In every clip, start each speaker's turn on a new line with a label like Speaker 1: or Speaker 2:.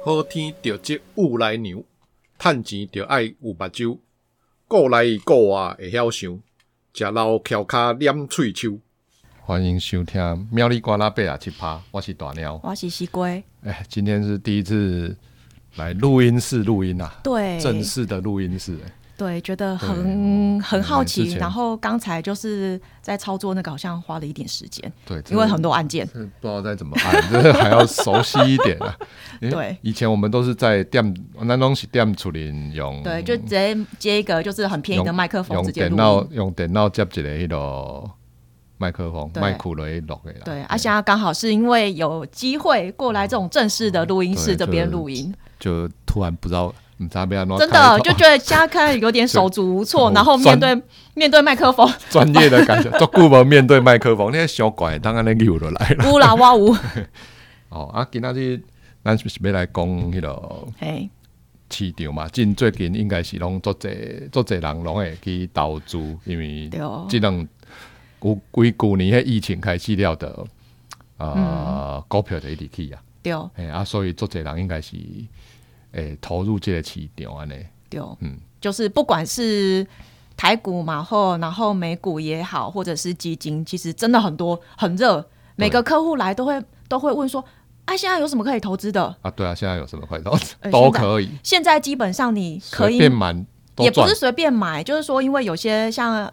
Speaker 1: 好天着即有来牛，趁钱着爱有目睭，顾来顾啊会晓想，食老翘骹捻喙手。
Speaker 2: 欢迎收听《喵哩呱啦贝啊奇葩》，我是大喵。
Speaker 3: 我是西龟，
Speaker 2: 哎，今天是第一次来录音室录音啊，
Speaker 3: 对，
Speaker 2: 正式的录音室、哎
Speaker 3: 对，觉得
Speaker 2: 对
Speaker 3: 很很好
Speaker 2: 嗯之
Speaker 3: 奇。
Speaker 2: 前
Speaker 3: 然后刚才就是在操作那个，好像花了一点时间，
Speaker 2: 对，
Speaker 3: 因为很多案件，
Speaker 2: 这不知道该怎么 按，这还要熟悉一点啊。因为
Speaker 3: 对
Speaker 2: 以前我们都是在店，那东西店处理用，
Speaker 3: 对，就直接接一个就是很便宜的麦克
Speaker 2: 嗯
Speaker 3: 风
Speaker 2: 用
Speaker 3: 直
Speaker 2: 用
Speaker 3: 接
Speaker 2: 电
Speaker 3: 录
Speaker 2: 脑
Speaker 3: 音。
Speaker 2: 用电脑接一个迄个麦克风，
Speaker 3: 对
Speaker 2: 麦克雷录的啦。
Speaker 3: 对，啊，现在刚好是因为有机会过来这种正式的录音室
Speaker 2: 对
Speaker 3: 这边
Speaker 2: 就
Speaker 3: 录音，
Speaker 2: 就突然不知道，唔知道要安怎么
Speaker 3: 真
Speaker 2: 开
Speaker 3: 的
Speaker 2: 口
Speaker 3: 就觉得现在开始有点手足无措，
Speaker 2: 就
Speaker 3: 然后面对面对麦克 风，
Speaker 2: 专业的感觉，做顾问面对麦克风，那些小怪当然那溜落 来了。
Speaker 3: 呜啦哇呜，
Speaker 2: 哦，啊，今仔日咱是要来讲迄个
Speaker 3: 嘿，
Speaker 2: 市场嘛，近最近应该是拢做者做者人拢会去投资，因为
Speaker 3: 对哦
Speaker 2: 即两有几旧年迄疫情开始了的，
Speaker 3: 嗯
Speaker 2: 呃，股票就一直起啊，
Speaker 3: 对
Speaker 2: 嘿啊，所以做者人应该是诶投入即个市场安尼，
Speaker 3: 对，
Speaker 2: 嗯
Speaker 3: 就是不管是台股嘛，或然后美股也好，或者是基金，其实真的很多很热，每个客户来都会都会问说，啊，现在有什么可以投资的？
Speaker 2: 啊，对啊，现在有什么快投
Speaker 3: 呃
Speaker 2: 都
Speaker 3: 现在
Speaker 2: 可以，
Speaker 3: 现在基本上你可
Speaker 2: 随
Speaker 3: 以
Speaker 2: 便满都
Speaker 3: 也不
Speaker 2: 赚
Speaker 3: 是，随便买，就是说，因为有些像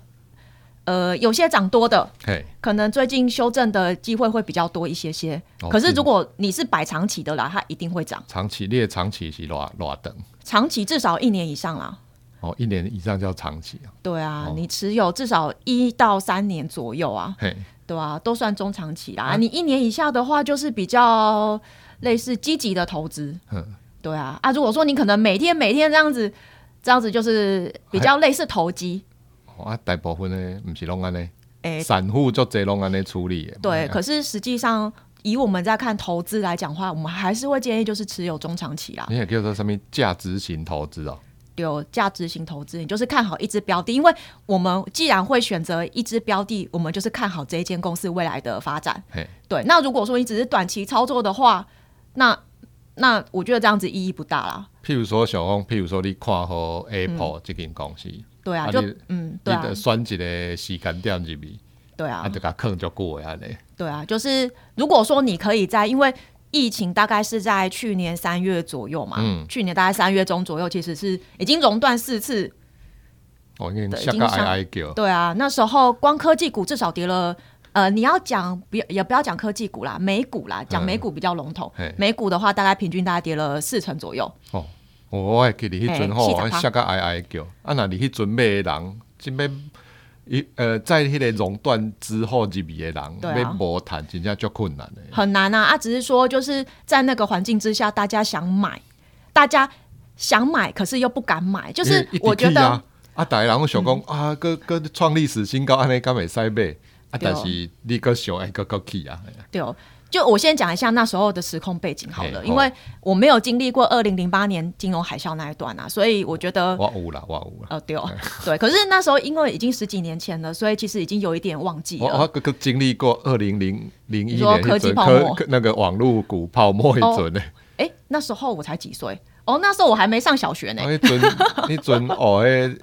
Speaker 3: 呃有些涨多的，
Speaker 2: 嘿，
Speaker 3: 可能最近修正的机会会比较多一些些。
Speaker 2: 哦
Speaker 3: 可是
Speaker 2: 是
Speaker 3: 如果你是摆长期的啦，它一定会涨，
Speaker 2: 长期列长期是偌偌长。
Speaker 3: 长期至少一年以上啦。
Speaker 2: 哦，一年以上叫长期啊，
Speaker 3: 对啊，
Speaker 2: 哦
Speaker 3: 你持有至少一到三年左右啊。
Speaker 2: 嘿，
Speaker 3: 对啊，都算中长期啦。
Speaker 2: 啊
Speaker 3: 你一年以下的话，就是比较类似积极的投资。
Speaker 2: 嗯
Speaker 3: 对啊，啊，如果说你可能每天每天这样子，这样子就是比较类似投机。
Speaker 2: 哦啊，大部分呢，唔是拢安尼，
Speaker 3: 诶、
Speaker 2: 散户就侪拢安尼处理的，嗯
Speaker 3: 对。可是实际上，以我们在看投资来讲的话，我们还是会建议就是持有中长期啦，
Speaker 2: 你也叫做什么价值型投资哦，
Speaker 3: 有价值型投资，你就是看好一只标的，因为我们既然会选择一只标的，我们就是看好这一间公司未来的发展。
Speaker 2: 嘿，
Speaker 3: 对，那如果说你只是短期操作的话，那那我觉得这样子意义不大啦。
Speaker 2: 譬如说想讲，譬如说你看好 Apple 这间公司，
Speaker 3: 对啊，
Speaker 2: 啊
Speaker 3: 就
Speaker 2: 你
Speaker 3: 嗯，
Speaker 2: 你
Speaker 3: 对啊
Speaker 2: 得，选一个时间点入去，
Speaker 3: 对
Speaker 2: 啊，
Speaker 3: 啊
Speaker 2: 就，甲坑就过安尼，
Speaker 3: 对啊，就是如果说你可以在，因为疫情大概是在去年三月左右嘛，
Speaker 2: 嗯
Speaker 3: 去年大概三月中左右，其实是已经熔断四次，
Speaker 2: 哦，因为
Speaker 3: 对
Speaker 2: 下
Speaker 3: 已
Speaker 2: 个
Speaker 3: 经
Speaker 2: 哀
Speaker 3: 上
Speaker 2: 哀叫，
Speaker 3: 对啊，那时候光科技股至少跌了。呃，你要讲不也不要讲科技股啦，美股啦，讲
Speaker 2: 嗯
Speaker 3: 美股比较笼统。
Speaker 2: 嘿
Speaker 3: 美股的话，大概平均大概跌了四成左右。
Speaker 2: 哦，哦我会记得迄阵
Speaker 3: 嘿
Speaker 2: 吼，
Speaker 3: 40%
Speaker 2: 我下个哀哀叫，啊，若你迄阵买的人，真要。伊呃，在迄个熔断之后入去的人，
Speaker 3: 对啊
Speaker 2: 要无谈真正足困难的。
Speaker 3: 很难啊！啊，只是说就是在那个环境之下，大家想买，大家想买，可是又不敢买，就
Speaker 2: 因
Speaker 3: 是
Speaker 2: 为一直
Speaker 3: 我觉
Speaker 2: 起
Speaker 3: 得，嗯
Speaker 2: 啊，啊，大家人拢想讲、啊，搁搁创历史新高，安尼敢袂使买？啊，
Speaker 3: 对
Speaker 2: 但
Speaker 3: 哦
Speaker 2: 是你搁想哎，搁搁去啊，哎呀
Speaker 3: 对哦，就我先讲一下那时候的时空背景好
Speaker 2: 嘿
Speaker 3: 了，
Speaker 2: 哦
Speaker 3: 因为我没有经历过二零零八年金融海啸那一段啊，所以我觉得。
Speaker 2: 我有啦，我有啦，
Speaker 3: 呃，对哦，对，可是那时候因为已经十几年前了，所以其实已经有一点忘记
Speaker 2: 我我
Speaker 3: 了。
Speaker 2: 搁搁经历过二零零零一
Speaker 3: 哦你说
Speaker 2: 年
Speaker 3: 科
Speaker 2: 迄
Speaker 3: 技
Speaker 2: 阵
Speaker 3: 泡沫
Speaker 2: 科那个网络股泡沫迄阵呢，
Speaker 3: 哎、那时候我才几岁哦，那时候我还没上小学呢。
Speaker 2: 啊，迄阵迄阵哦，迄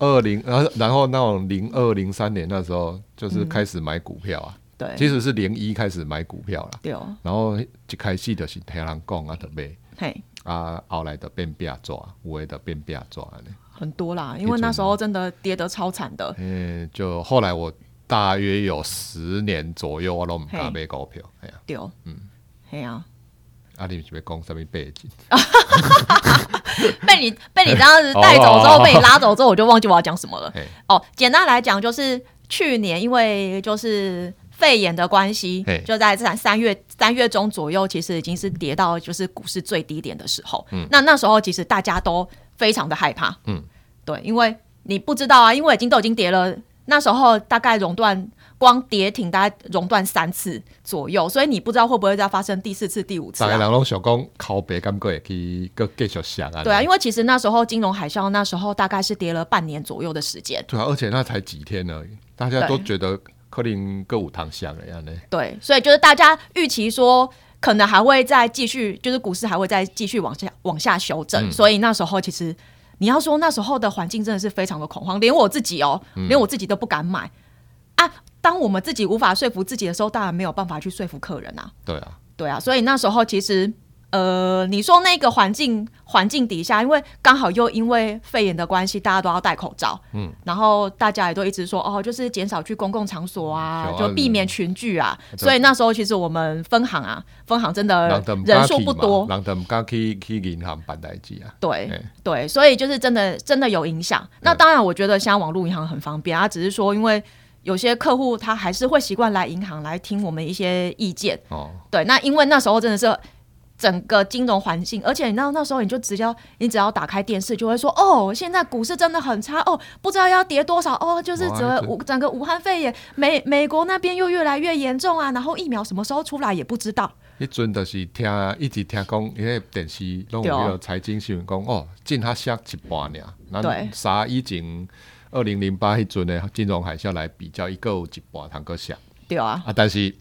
Speaker 2: 二零，然后然后那种零二零三年那时候就是开始买股票啊，
Speaker 3: 嗯对，
Speaker 2: 其实是零一开始买股票啦，
Speaker 3: 对哦，
Speaker 2: 然后一开始就是听人讲啊，就买
Speaker 3: 嘿，
Speaker 2: 啊，后来就变壁纸，有的就变啊壁纸安尼。
Speaker 3: 很多啦，因为那时候真的跌得超惨的。
Speaker 2: 嗯，就后来我大约有十年左右，我都唔敢买股票。哎呀，
Speaker 3: 对哦，嗯，嘿呀、啊。
Speaker 2: 啊，你是要讲什么背景？
Speaker 3: 被你被你这样子带走 之
Speaker 2: 哦
Speaker 3: 后，被你拉走之后，我就忘记我要讲什么了
Speaker 2: 嘿。
Speaker 3: 哦，简单来讲，就是去年因为就是肺炎的关系
Speaker 2: 嘿，
Speaker 3: 就在三三月三月中左右，其实已经是跌到就是股市最低点的时候。那那时候其实大家都非常的害怕。
Speaker 2: 嗯，
Speaker 3: 对，因为你不知道啊，因为已经都已经跌了，那时候大概熔断。光跌停大概熔断三次左右，所以你不知道会不会再发生第四次、第五次、
Speaker 2: 大
Speaker 3: 啊。
Speaker 2: 家人拢想讲靠北，感觉会去搁继续上啊。
Speaker 3: 对啊，因为其实那时候金融海啸，那时候大概是跌了半年左右的时间。
Speaker 2: 对啊，而且那才几天而已，大家都
Speaker 3: 对
Speaker 2: 觉得可能搁有通上的安尼。
Speaker 3: 对，所以就是大家预期说可能还会再继续，就是股市还会再继续往下往下修正，所以那时候其实你要说那时候的环境真的是非常的恐慌，连我自己哦，连我自己都不敢买、啊。当我们自己无法说服自己的时候，当然没有办法去说服客人啊。
Speaker 2: 对啊，
Speaker 3: 对啊，所以那时候其实，呃，你说那个环境环境底下，因为刚好又因为肺炎的关系，大家都要戴口罩，嗯，然后大家也都一直说，哦，就是减少去公共场所啊
Speaker 2: 小，
Speaker 3: 就
Speaker 2: 啊
Speaker 3: 避
Speaker 2: 嗯
Speaker 3: 免群聚啊，
Speaker 2: 对
Speaker 3: 所以那时候其实我们分行啊，分行真的
Speaker 2: 人就唔
Speaker 3: 人
Speaker 2: 敢
Speaker 3: 数
Speaker 2: 去
Speaker 3: 不
Speaker 2: 嘛
Speaker 3: 多，
Speaker 2: 人就唔敢去去银行办代志啊。
Speaker 3: 对、
Speaker 2: 哎嗯
Speaker 3: 对，所以就是真的真的有影响。那当然，我觉得现在网络银行很方便，啊，只是说因为有些客户他还是会习惯来银行来听我们一些意见。
Speaker 2: 哦，
Speaker 3: 对，那因为那时候真的是整个金融环境，而且你知道那时候你就只要你只要打开电视就会说，哦，现在股市真的很差，哦，不知道要跌多少，哦，就是
Speaker 2: 哇
Speaker 3: 整个
Speaker 2: 这
Speaker 3: 武整个武汉肺炎，美美国那边又越来越严重啊，然后疫苗什么时候出来也不知道。
Speaker 2: 迄阵就是听一直听讲，迄个电视拢
Speaker 3: 啊
Speaker 2: 有迄个财经新闻讲，哦，进他下一半尔，
Speaker 3: 对
Speaker 2: 咱啥以前二零零八迄阵的金融海啸来比较，伊个有一半通个下
Speaker 3: 对啊，
Speaker 2: 啊，但是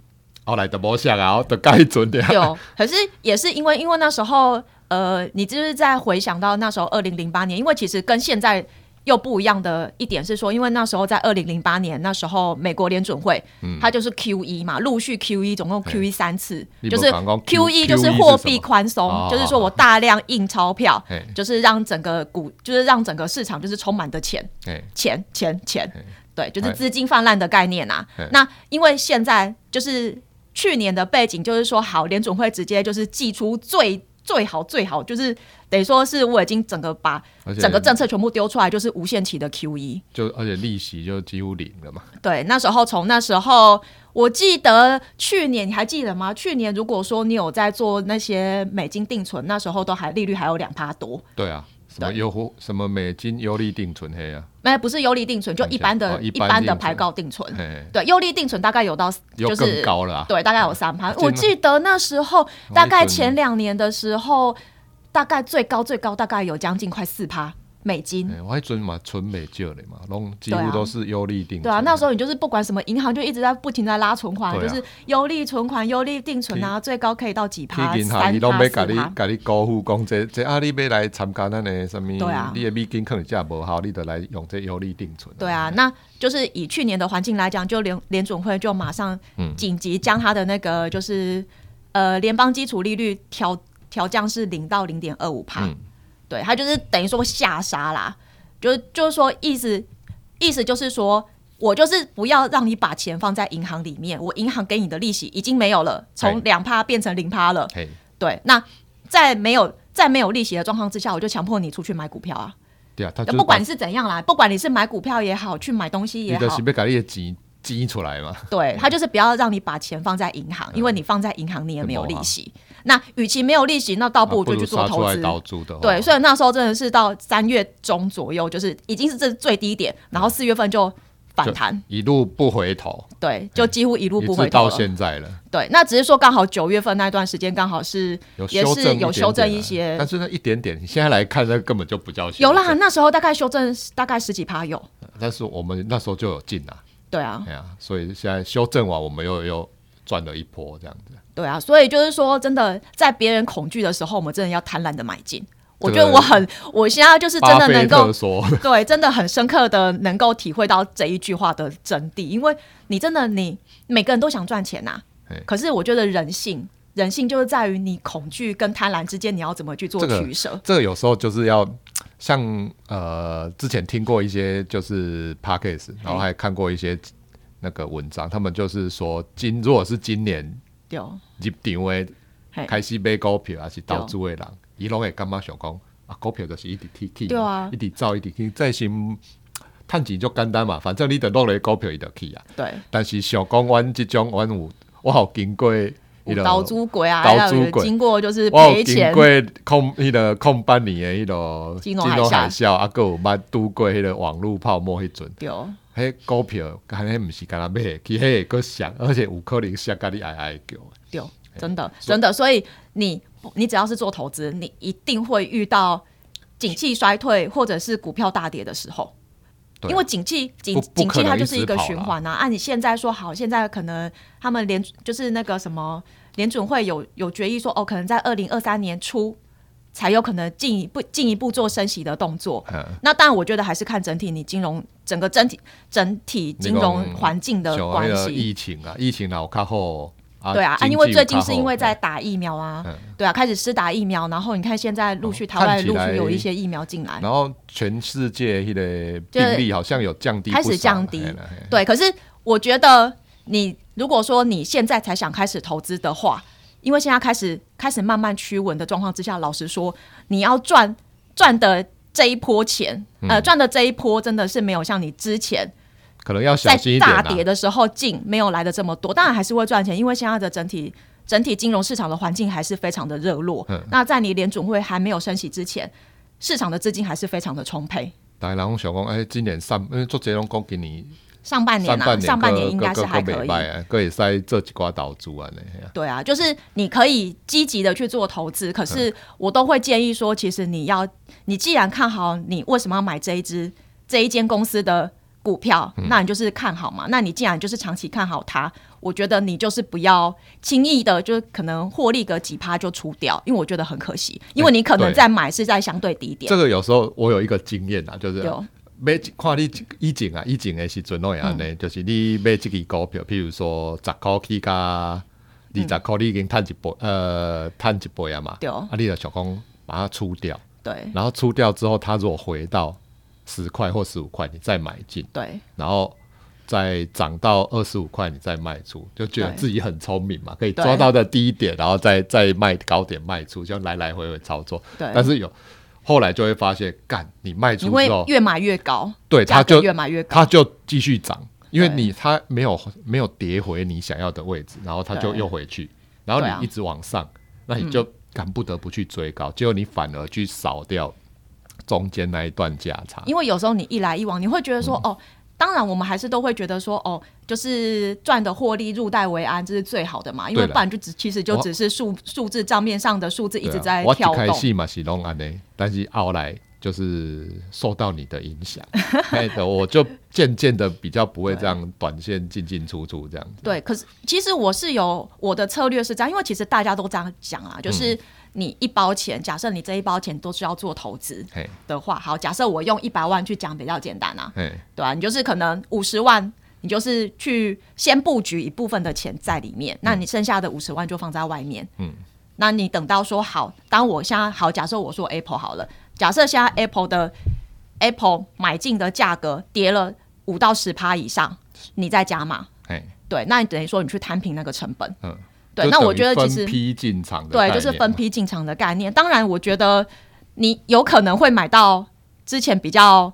Speaker 2: 后来就无下啊，就改迄阵 的。
Speaker 3: 有，可是也是因为因为那时候，呃，你就是在回想到那时候二零零八年，因为其实跟现在又不一样的一点是说，因为那时候在二零零八年，那时候美国联准会、
Speaker 2: 嗯
Speaker 3: 它就是 Q E 嘛，陆续 Q E，总共 Q E 三次，
Speaker 2: 你
Speaker 3: 就
Speaker 2: 没
Speaker 3: 是
Speaker 2: 讲讲
Speaker 3: Q E 就
Speaker 2: QE
Speaker 3: 是
Speaker 2: 是
Speaker 3: 货
Speaker 2: 什
Speaker 3: 币
Speaker 2: 么
Speaker 3: 宽松
Speaker 2: 哦，
Speaker 3: 就是说我大量印钞票
Speaker 2: 嘿，
Speaker 3: 就是让整个股，就是让整个市场就是充满的钱。
Speaker 2: 哎，
Speaker 3: 钱钱钱
Speaker 2: 嘿，
Speaker 3: 对，就是
Speaker 2: 哎
Speaker 3: 资金泛滥的概念啊
Speaker 2: 嘿。
Speaker 3: 那因为现在就是去年的背景，就是说好，联总会直接就是寄出最最好最好，就是等于说是我已经整个把
Speaker 2: 而且
Speaker 3: 整个政策全部丢出来，就是无限期的 QE。
Speaker 2: 就而且利息就几乎零了嘛。
Speaker 3: 对，那时候从那时候，我记得去年你还记得吗？去年如果说你有在做那些美金定存，那时候都还利率还有两趴多，
Speaker 2: 对啊，什么
Speaker 3: 对
Speaker 2: 优惠，什么美金优利定存黑啊，
Speaker 3: 那哎不是有利定存，就一般的、
Speaker 2: 哦
Speaker 3: 一
Speaker 2: 一般
Speaker 3: 般
Speaker 2: 定
Speaker 3: 的
Speaker 2: 存
Speaker 3: 排告定存。
Speaker 2: 嘿，
Speaker 3: 对，优利定存大概有到
Speaker 2: 又
Speaker 3: 就是
Speaker 2: 更高了啊。
Speaker 3: 对，大概有三盘。
Speaker 2: 真的
Speaker 3: 我记得那时候
Speaker 2: 准
Speaker 3: 大概前两年的时候，大概最高最高大概有将近快四趴美金。
Speaker 2: 嘿我迄阵嘛存袂少的嘛，拢几
Speaker 3: 对啊
Speaker 2: 乎都是优利定存。
Speaker 3: 对啊，那时候你就是不管什么银行，就一直在不停在拉存款，
Speaker 2: 对
Speaker 3: 就
Speaker 2: 啊
Speaker 3: 是优利存款、优利定存啊，最高可以到几趴？
Speaker 2: 去银行，
Speaker 3: 三
Speaker 2: 伊拢要
Speaker 3: 趴、
Speaker 2: 甲
Speaker 3: 四
Speaker 2: 你
Speaker 3: 趴。
Speaker 2: 甲你高付讲这这啊，你要来参加咱的什么
Speaker 3: 对啊？
Speaker 2: 你的美金可能价无效，你得来用这优利定存。
Speaker 3: 对，啊，那就是以去年的环境来讲，就联联准会就马上紧急将它的那个就是、呃联邦基础利率调调降是零到零点二五帕，
Speaker 2: 嗯
Speaker 3: 对，它就是等于说下杀啦，就是就是说意思意思就是说。我就是不要让你把钱放在银行里面，我银行给你的利息已经没有了，
Speaker 2: 嘿
Speaker 3: 从两趴变成零趴了。
Speaker 2: 嘿，
Speaker 3: 对，那在没有在没有利息的状况之下，我就强迫你出去买股票啊。
Speaker 2: 对啊，他就是
Speaker 3: 不管
Speaker 2: 把
Speaker 3: 是怎样啦，不管你是买股票也好，去买东西也
Speaker 2: 你就是嗯
Speaker 3: 好，
Speaker 2: 要甲你的钱挤出来嘛。
Speaker 3: 对他就是不要让你把钱放在银行，
Speaker 2: 嗯
Speaker 3: 因为你放在银行你也没有利息。那与其没有利息，那倒不如
Speaker 2: 啊
Speaker 3: 就去做
Speaker 2: 杀出
Speaker 3: 投
Speaker 2: 来
Speaker 3: 资。
Speaker 2: 投资的。
Speaker 3: 对，，所以那时候真的是到三月中左右，就是已经是这最低点，
Speaker 2: 嗯
Speaker 3: 然后四月份就反弹，
Speaker 2: 一路不回头，
Speaker 3: 对，就几乎一路
Speaker 2: 一
Speaker 3: 不
Speaker 2: 直
Speaker 3: 回头
Speaker 2: 到
Speaker 3: 了。
Speaker 2: 现在了，
Speaker 3: 对，那只是说刚好九月份那段时间刚好是
Speaker 2: 有
Speaker 3: 也
Speaker 2: 修
Speaker 3: 是
Speaker 2: 正
Speaker 3: 有
Speaker 2: 点
Speaker 3: 修正
Speaker 2: 点
Speaker 3: 一
Speaker 2: 啊
Speaker 3: 些，
Speaker 2: 但是那一点点，你现在来看，那根本就不叫修正
Speaker 3: 有啦，，那时候大概修正大概十几趴有，
Speaker 2: 但是我们那时候就有进啊，
Speaker 3: 对啊，
Speaker 2: 哎呀、所以现在修正完，我们又又赚了一波这样子。
Speaker 3: 对啊，所以就是说，真的在别人恐惧的时候，我们真的要贪婪的买进。我觉
Speaker 2: 对
Speaker 3: 得我很，我现在就是真的能
Speaker 2: 巴菲
Speaker 3: 够
Speaker 2: 特，说，
Speaker 3: 对，真的很深刻的能够体会到这一句话的真谛，因为你真的你每个人都想赚钱呐、
Speaker 2: 嘿
Speaker 3: 可是我觉得人性，人性就是在于你恐惧跟贪婪之间，你要怎么去做
Speaker 2: 这个
Speaker 3: 取舍？
Speaker 2: 这个有时候就是要像呃，之前听过一些就是 p a c k a g e 然后还看过一些那个文章，他们就是说今如果是今年
Speaker 3: 有，
Speaker 2: 入场的
Speaker 3: 嘿
Speaker 2: 开始买股票还啊是投资的人，伊拢会感觉想讲啊，股票就是一直起起，
Speaker 3: 对啊
Speaker 2: 一直走一直起，再先趁钱就简单嘛，反正你得落咧股票伊就起啊。
Speaker 3: 对，
Speaker 2: 但是想讲阮即种阮有，我有经过那
Speaker 3: 有
Speaker 2: 个
Speaker 3: 倒猪鬼啊，
Speaker 2: 投
Speaker 3: 还
Speaker 2: 资
Speaker 3: 有
Speaker 2: 鬼
Speaker 3: 经过就是
Speaker 2: 我有
Speaker 3: 赔
Speaker 2: 经
Speaker 3: 钱，
Speaker 2: 过控迄个控半年的迄个
Speaker 3: 金融海啸
Speaker 2: 海啸，啊，佮有捌拄过迄个网络泡沫迄阵，
Speaker 3: 有，
Speaker 2: 迄股票，干迄毋是干那买的，去迄个佫上，而且有可能上甲你哀哀叫的。
Speaker 3: 对，
Speaker 2: 哎
Speaker 3: 真的，真的，所以你你只要是做投资，你一定会遇到景气衰退或者是股票大跌的时候。
Speaker 2: 对
Speaker 3: 因为景气景
Speaker 2: 不
Speaker 3: 景
Speaker 2: 不
Speaker 3: 气
Speaker 2: 可能
Speaker 3: 它
Speaker 2: 一
Speaker 3: 就是
Speaker 2: 直
Speaker 3: 一个
Speaker 2: 跑
Speaker 3: 循
Speaker 2: 啦
Speaker 3: 环啊。按、你现在说好，现在可能他们联就是那个什么联准会有有决议说，哦，可能在二零二三年初才有可能进一步进一步做升息的动作。
Speaker 2: 嗯
Speaker 3: 那当然，我觉得还是看整体你金融整个整体整体金融环境的
Speaker 2: 像
Speaker 3: 关
Speaker 2: 那个
Speaker 3: 系。
Speaker 2: 疫情啊，疫情然后较好啊，
Speaker 3: 对啊，啊，
Speaker 2: 经济
Speaker 3: 因为
Speaker 2: 有
Speaker 3: 最近
Speaker 2: 较
Speaker 3: 是
Speaker 2: 好
Speaker 3: 因为在打疫苗啊，对啊，开始施打疫苗，然后你看现在陆续
Speaker 2: 嗯哦
Speaker 3: 台湾
Speaker 2: 看起
Speaker 3: 陆续
Speaker 2: 来
Speaker 3: 有一些疫苗进来，
Speaker 2: 然后全世界迄个
Speaker 3: 就是
Speaker 2: 病例好像有降低不
Speaker 3: 开
Speaker 2: 少，
Speaker 3: 始降低
Speaker 2: 嘿啦嘿
Speaker 3: 对，可是我觉得你如果说你现在才想开始投资的话，因为现在开始开始慢慢趋稳的状况之下，老实说，你要赚赚的这一波钱，
Speaker 2: 嗯
Speaker 3: 呃，赚的这一波真的是没有像你之前
Speaker 2: 可能要
Speaker 3: 在
Speaker 2: 小心一点啊
Speaker 3: 大
Speaker 2: 啦。
Speaker 3: 跌的时候进没有来的这么多，当然还是会赚钱，因为现在的整体。整体金融市场的环境还是非常的热络。
Speaker 2: 嗯
Speaker 3: 那在你联准会还没有升息之前，市场的资金还是非常的充沛。
Speaker 2: 大家拢想讲，哎，今年上，因为做这拢讲今年
Speaker 3: 上半年
Speaker 2: 上
Speaker 3: 啊，
Speaker 2: 半年
Speaker 3: 上半年应该
Speaker 2: 各
Speaker 3: 是还
Speaker 2: 各
Speaker 3: 可
Speaker 2: 各
Speaker 3: 以。
Speaker 2: 各啊，可以使做一寡投资安尼。嘿啊
Speaker 3: 对啊，就是你可以积极的去做投资，可
Speaker 2: 嗯
Speaker 3: 是我都会建议说，其实你要，你既然看好，你为什么要买这一只这一间公司的股票？
Speaker 2: 嗯
Speaker 3: 那你就是看好嘛。那你既然就是长期看好它，我觉得你就是不要轻易的，就是可能获利个几趴就出掉，因为我觉得很可惜，因为你可能
Speaker 2: 哎对
Speaker 3: 在买是在相对低点
Speaker 2: 这。个有时候我有一个经验啊，就是
Speaker 3: 有
Speaker 2: 买一看你以前啊，以前的时阵拢会安
Speaker 3: 嗯
Speaker 2: 尼，就是你买这支股票，譬如说十块起价，二十块你已经赚一倍，呃，赚一倍啊嘛，
Speaker 3: 对
Speaker 2: 啊，你就想讲把它出掉，
Speaker 3: 对
Speaker 2: 然后出掉之后，它如果回到十块或十五块，你再买进，
Speaker 3: 对
Speaker 2: 然后再涨到二十五块，你再卖出，就觉得
Speaker 3: 对
Speaker 2: 自己很聪明嘛，可以
Speaker 3: 对
Speaker 2: 抓到的低点，然后再再卖高点卖出，就来来回回操作。
Speaker 3: 对
Speaker 2: 但是有后来就会发现，干你卖出
Speaker 3: 你会
Speaker 2: 之后，
Speaker 3: 越买越高，
Speaker 2: 对
Speaker 3: 价
Speaker 2: 它
Speaker 3: 格
Speaker 2: 就
Speaker 3: 越买越高
Speaker 2: 它。就继续涨，因为
Speaker 3: 对
Speaker 2: 你它没有没有跌回你想要的位置，然后它就
Speaker 3: 对啊
Speaker 2: 又回去，然后
Speaker 3: 对啊
Speaker 2: 你一直往上，那你就敢不得不去追高，结果你反而去扫掉中间那一段价差。
Speaker 3: 因为有时候你一来一往，你会觉得说，
Speaker 2: 嗯
Speaker 3: 哦，当然我们还是都会觉得说，哦，就是赚的获利入袋为安，这是最好的嘛，因为
Speaker 2: 对啦
Speaker 3: 不然就只其实就只是数数字账面上的数字一直在
Speaker 2: 对啊我
Speaker 3: 跳
Speaker 2: 一
Speaker 3: 动
Speaker 2: 开。始嘛是拢安尼，但是后来就是受到你的影响， 哎，对我就渐渐的比较不会这样短线进进出出这样子。
Speaker 3: 对，可是其实我是有我的策略是这样，因为其实大家都这样讲啊，
Speaker 2: 嗯
Speaker 3: 就是你一包钱，假设你这一包钱都是要做投资
Speaker 2: 嘿，
Speaker 3: 的话，好，假设我用一百万去讲比较简单啊，
Speaker 2: 哎，
Speaker 3: 对啊，你就是可能五十万，你就是去先布局一部分的钱在里面，
Speaker 2: 嗯
Speaker 3: 那你剩下的五十万就放在外面。嗯，那你等到说好，当我现在好，假设我说 Apple 好了，假设现在 Apple 的 Apple 买进的价格跌了五到十趴以上，你再加码，
Speaker 2: 哎，
Speaker 3: 对，那你等于说你去摊平那个成本。
Speaker 2: 嗯，
Speaker 3: 对，
Speaker 2: 就
Speaker 3: 那
Speaker 2: 等
Speaker 3: 我
Speaker 2: 于
Speaker 3: 觉得其
Speaker 2: 分
Speaker 3: 实
Speaker 2: 批进场的概
Speaker 3: 对，
Speaker 2: 念，
Speaker 3: 就是分批进场的概念。当然，我觉得你有可能会买到之前比较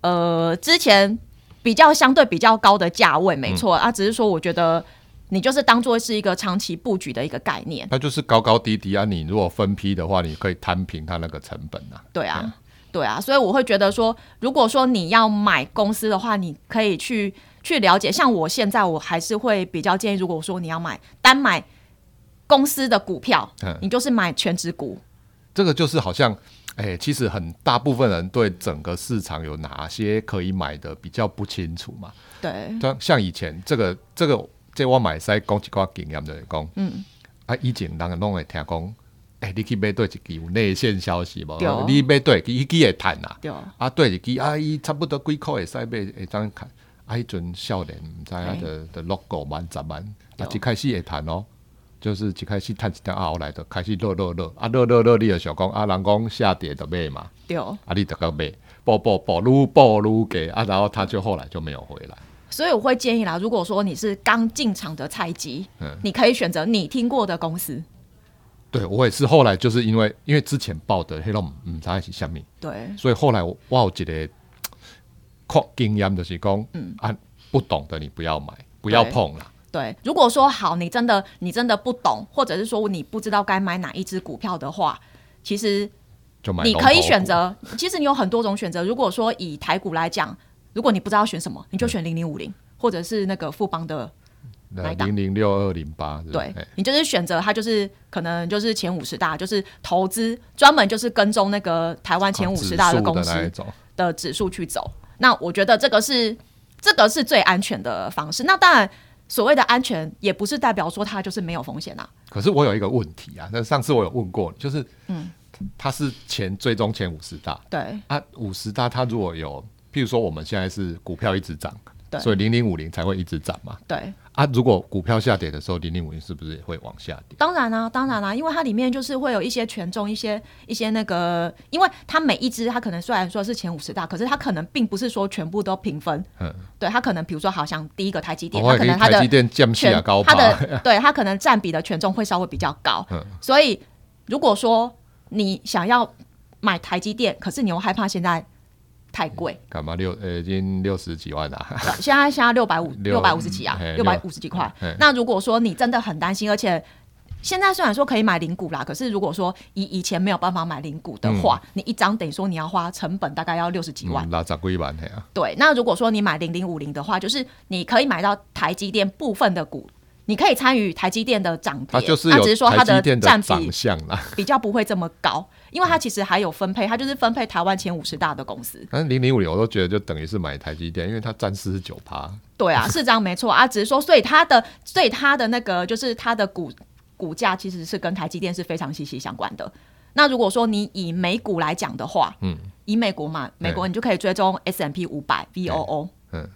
Speaker 3: 呃之前比较相对比较高的价位，
Speaker 2: 嗯
Speaker 3: 没错、啊，只是说我觉得你就是当做是一个长期布局的一个概念，
Speaker 2: 它就是高高低低啊。你如果分批的话，你可以摊平它那个成本啊。
Speaker 3: 对啊。对啊，所以我会觉得说，如果说你要买公司的话，你可以去去了解。像我现在，我还是会比较建议，如果说你要买单买公司的股票，
Speaker 2: 嗯
Speaker 3: 你就是买全职股，
Speaker 2: 这个就是好像，哎、其实很大部分人对整个市场有哪些可以买的比较不清楚嘛。
Speaker 3: 对
Speaker 2: 像像以前这个这个这我买使讲一寡经验就是讲，嗯，啊，以前人拢会听讲，诶、你去买对一支有内线消息无
Speaker 3: 对哦？
Speaker 2: 你买对一支伊会趁啦，
Speaker 3: 对。
Speaker 2: 啊对一支啊，伊差不多几箍会使买会当趁。啊，迄阵少年毋知啊，的的 logo 满十万，
Speaker 3: 哎对
Speaker 2: 啊，一开始会趁哦，就是一开始趁一点啊，后来就开始落落落，啊落落落，你就想讲啊，人讲下跌就买嘛，
Speaker 3: 对。
Speaker 2: 啊你就个买，报报报，愈报愈低，啊，然后它就后来就没有回来。
Speaker 3: 所以我会建议啦，如果说你是刚进场的菜鸡，
Speaker 2: 嗯
Speaker 3: 你可以选择你听过的公司。
Speaker 2: 对，我也是后来就是因为因为之前报的黑龙唔知道是虾米，
Speaker 3: 对
Speaker 2: 所以后来我我有一个靠经验就是讲，嗯啊，不懂的你不要买，不要碰啦。
Speaker 3: 对，如果说好，你真的你真的不懂，或者是说你不知道该买哪一只股票的话，其实
Speaker 2: 就买
Speaker 3: 你
Speaker 2: 龙头
Speaker 3: 可以
Speaker 2: 股
Speaker 3: 选，择，其实你有很多种选择。如果说以台股来讲，如果你不知道选什么，你就选零零五
Speaker 2: 嗯
Speaker 3: 零，或者是那个富邦的哪一档
Speaker 2: 零零六二零八，是吧
Speaker 3: 对
Speaker 2: 哎
Speaker 3: 你就是选择它，就是可能就是前五十大，就是投资专门就是跟踪那个台湾前五十大的
Speaker 2: 啊指数
Speaker 3: 公
Speaker 2: 的那一
Speaker 3: 司
Speaker 2: 种，
Speaker 3: 的指数去走。那我觉得这个是这个是最安全的方式。那当然，所谓的安全也不是代表说它就是没有风险啊。
Speaker 2: 可是我有一个问题啊，那上次我有问过你，就是嗯，它是前最终前五十大
Speaker 3: 对
Speaker 2: 啊，五十大它如果有，譬如说我们现在是股票一直涨，
Speaker 3: 对
Speaker 2: 所以零零五零才会一直涨嘛。
Speaker 3: 对，
Speaker 2: 啊，如果股票下跌的时候，零零五零是不是也会往下跌？
Speaker 3: 当然啦、当然啦、啊因为它里面就是会有一些权重，一些一些那个，因为它每一只它可能虽然说是前五十大，可是它可能并不是说全部都平分。
Speaker 2: 嗯，
Speaker 3: 对，它可能比如说好像第一个台积电，
Speaker 2: 我也可
Speaker 3: 它可
Speaker 2: 以
Speaker 3: 能它
Speaker 2: 台积
Speaker 3: 的
Speaker 2: 电降息啊，
Speaker 3: 权
Speaker 2: 高
Speaker 3: 它
Speaker 2: 趴。
Speaker 3: 的对它可能占比的权重会稍微比较高。
Speaker 2: 嗯
Speaker 3: 所以如果说你想要买台积电，可是你又害怕现在太 贵，
Speaker 2: 干嘛六呃、已经六十几万啊啦、
Speaker 3: 对现在现在六百五
Speaker 2: 六
Speaker 3: 六百五十几啊
Speaker 2: 嘿，
Speaker 3: 六百五十几块
Speaker 2: 嘿。
Speaker 3: 那如果说你真的很担心，而且现在虽然说可以买零股啦，可是如果说以以前没有办法买零股的话，你一张等于说你要花成本大概要六十几万。
Speaker 2: 嗯，拉涨过一万嘿啊，
Speaker 3: 对，那如果说你买零零五零的话，就是你可以买到台积电部分的股。你可以参与台积电的涨跌，
Speaker 2: 它就是
Speaker 3: 那
Speaker 2: 有
Speaker 3: 只是说它
Speaker 2: 台积电
Speaker 3: 占比
Speaker 2: 长相啊啦。
Speaker 3: 比较不会这么高，因为它其实还有分配，它就是分配台湾前五十大的公司。
Speaker 2: 但是零零五零我都觉得就等于是买台积电，因为它占四十九趴。
Speaker 3: 对啊，是这样没错啊，只是说，所以它的，所以它的那个就是它的股股价其实是跟台积电是非常息息相关的。那如果说你以美股来讲的话，嗯，以美国嘛，美国你就可以追踪 S M P 五百 V O O，
Speaker 2: 嗯，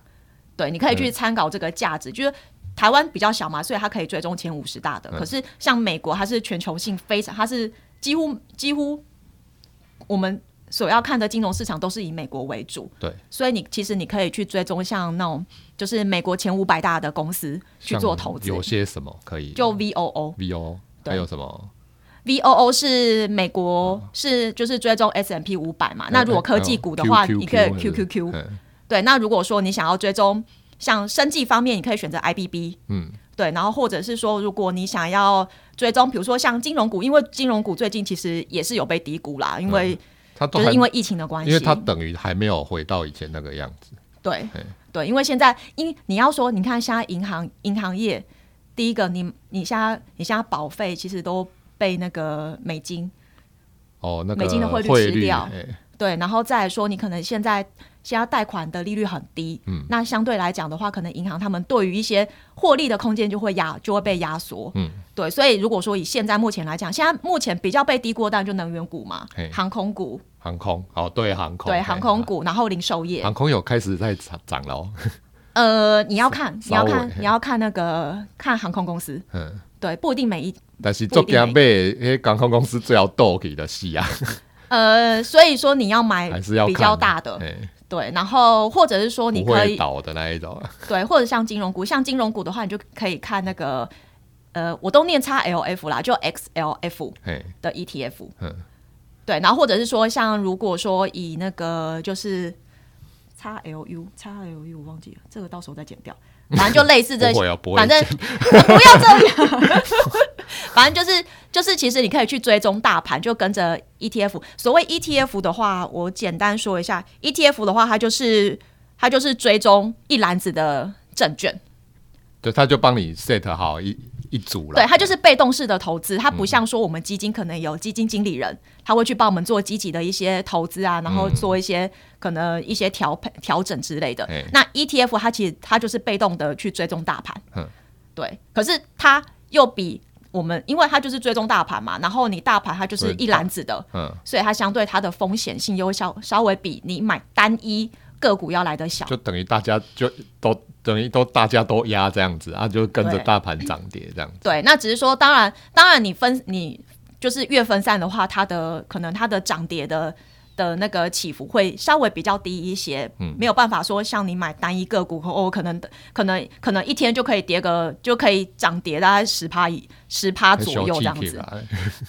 Speaker 3: 对，你可以去参考这个价值，就是。台湾比较小嘛，所以它可以追踪前五十大的。
Speaker 2: 嗯
Speaker 3: 可是像美国，它是全球性非常，它是几乎几乎我们所要看的金融市场都是以美国为主。
Speaker 2: 对，
Speaker 3: 所以你其实你可以去追踪像那种就是美国前五百大的公司去做投资
Speaker 2: 像，有些什么可以
Speaker 3: 就 VOO。
Speaker 2: VO，
Speaker 3: 对
Speaker 2: 还有什么
Speaker 3: VOO 是美
Speaker 2: 哦
Speaker 3: 国是就是追踪 S M P 五百啊
Speaker 2: 哎
Speaker 3: 嘛。那如果科技股的话，
Speaker 2: 嗯嗯
Speaker 3: 你可以
Speaker 2: 嗯
Speaker 3: QQQ。
Speaker 2: 嗯
Speaker 3: 对，那如果说你想要追踪像生技方面，你可以选择 IBB。
Speaker 2: 嗯，
Speaker 3: 对，然后或者是说，如果你想要追踪，比如说像金融股，因为金融股最近其实也是有被低估啦，因为
Speaker 2: 它嗯都
Speaker 3: 就是
Speaker 2: 还
Speaker 3: 因为疫情的关系，
Speaker 2: 因为它哎等于还没有回到以前那个样子。
Speaker 3: 对
Speaker 2: 嘿
Speaker 3: 对，因为现在因你要说，你看现在银行银行业，第一个你你现在你现在保费其实都被那个美金
Speaker 2: 哦，那个
Speaker 3: 美金的汇率吃
Speaker 2: 汇率哎
Speaker 3: 掉
Speaker 2: 嘿
Speaker 3: 对，然后再来说你可能现在现在贷款的利率很低，嗯，那相对来讲的话，可能银行他们对于一些获利的空间就会压就会被压缩，
Speaker 2: 嗯，
Speaker 3: 对，所以如果说以现在目前来讲，现在目前比较被低估的当然就能源股嘛
Speaker 2: 嘿，
Speaker 3: 航空股，
Speaker 2: 航空哦，对航空，
Speaker 3: 对，
Speaker 2: 嘿
Speaker 3: 航空，股，然后零售业，
Speaker 2: 航空有开始在涨涨了哦。
Speaker 3: 呃，你要看你要
Speaker 2: 稍微
Speaker 3: 看
Speaker 2: 嘿
Speaker 3: 你要看那个看航空公司，
Speaker 2: 嗯，
Speaker 3: 对，不一定每一
Speaker 2: 但是做加倍，因为航空公司最要斗给的戏啊，
Speaker 3: 呃，所以说你要买
Speaker 2: 还是要
Speaker 3: 哎比
Speaker 2: 看
Speaker 3: 较
Speaker 2: 啊
Speaker 3: 大的，
Speaker 2: 嘿
Speaker 3: 对，然后或者是说你
Speaker 2: 不
Speaker 3: 可
Speaker 2: 会
Speaker 3: 以
Speaker 2: 倒的那一种。
Speaker 3: 对，或者像金融股，像金融股的话，你就可以看那个呃，我都念 XLF 啦，就 XLF
Speaker 2: 嘿，
Speaker 3: 的 ETF，
Speaker 2: 嗯
Speaker 3: 对，然后或者是说像如果说以那个就是 XLU XLU 我忘记了，这个到时候再剪掉，反正就类似这
Speaker 2: 不
Speaker 3: 些
Speaker 2: 会，啊，不会。
Speaker 3: 反正不要这样。 反正就是就是，其实你可以去追踪大盘，就跟着 ETF。所谓 ETF 的话，我简单说一下，ETF 的话，它就是它就是追踪一篮子的证券，
Speaker 2: 就他就帮你 set 好一一组了。嗯
Speaker 3: 对，它就是被动式的投资，它不像说我们基金可能有基金经理人，他会去帮我们做积极的一些投资啊，然
Speaker 2: 嗯
Speaker 3: 后做一些可能一些调配调整之类的
Speaker 2: 嘿。
Speaker 3: 那 ETF 它其实它就是被动的去追踪大盘
Speaker 2: 嗯，
Speaker 3: 对，可是它又比我们，因为它就是追踪大盘嘛，然后你大盘它就是一篮子的，
Speaker 2: 嗯，
Speaker 3: 所以它相对它的风险性又会稍稍微比你买单一个股要来的小。
Speaker 2: 就等于大家就都等于都大家都压这样子啊，就跟着
Speaker 3: 对
Speaker 2: 大盘涨跌这样子。
Speaker 3: 对，那只是说，当然，当然你分你就是越分散的话，它的可能它的涨跌的的那个起伏会稍微比较低一些，嗯，没有办法说像你买单一个股，哦，可能可能可能一天就可以跌个就可以涨跌大概十趴以十趴
Speaker 2: 很
Speaker 3: 左
Speaker 2: 小
Speaker 3: 右这
Speaker 2: 气啊
Speaker 3: 样
Speaker 2: 体
Speaker 3: 子，
Speaker 2: 啦，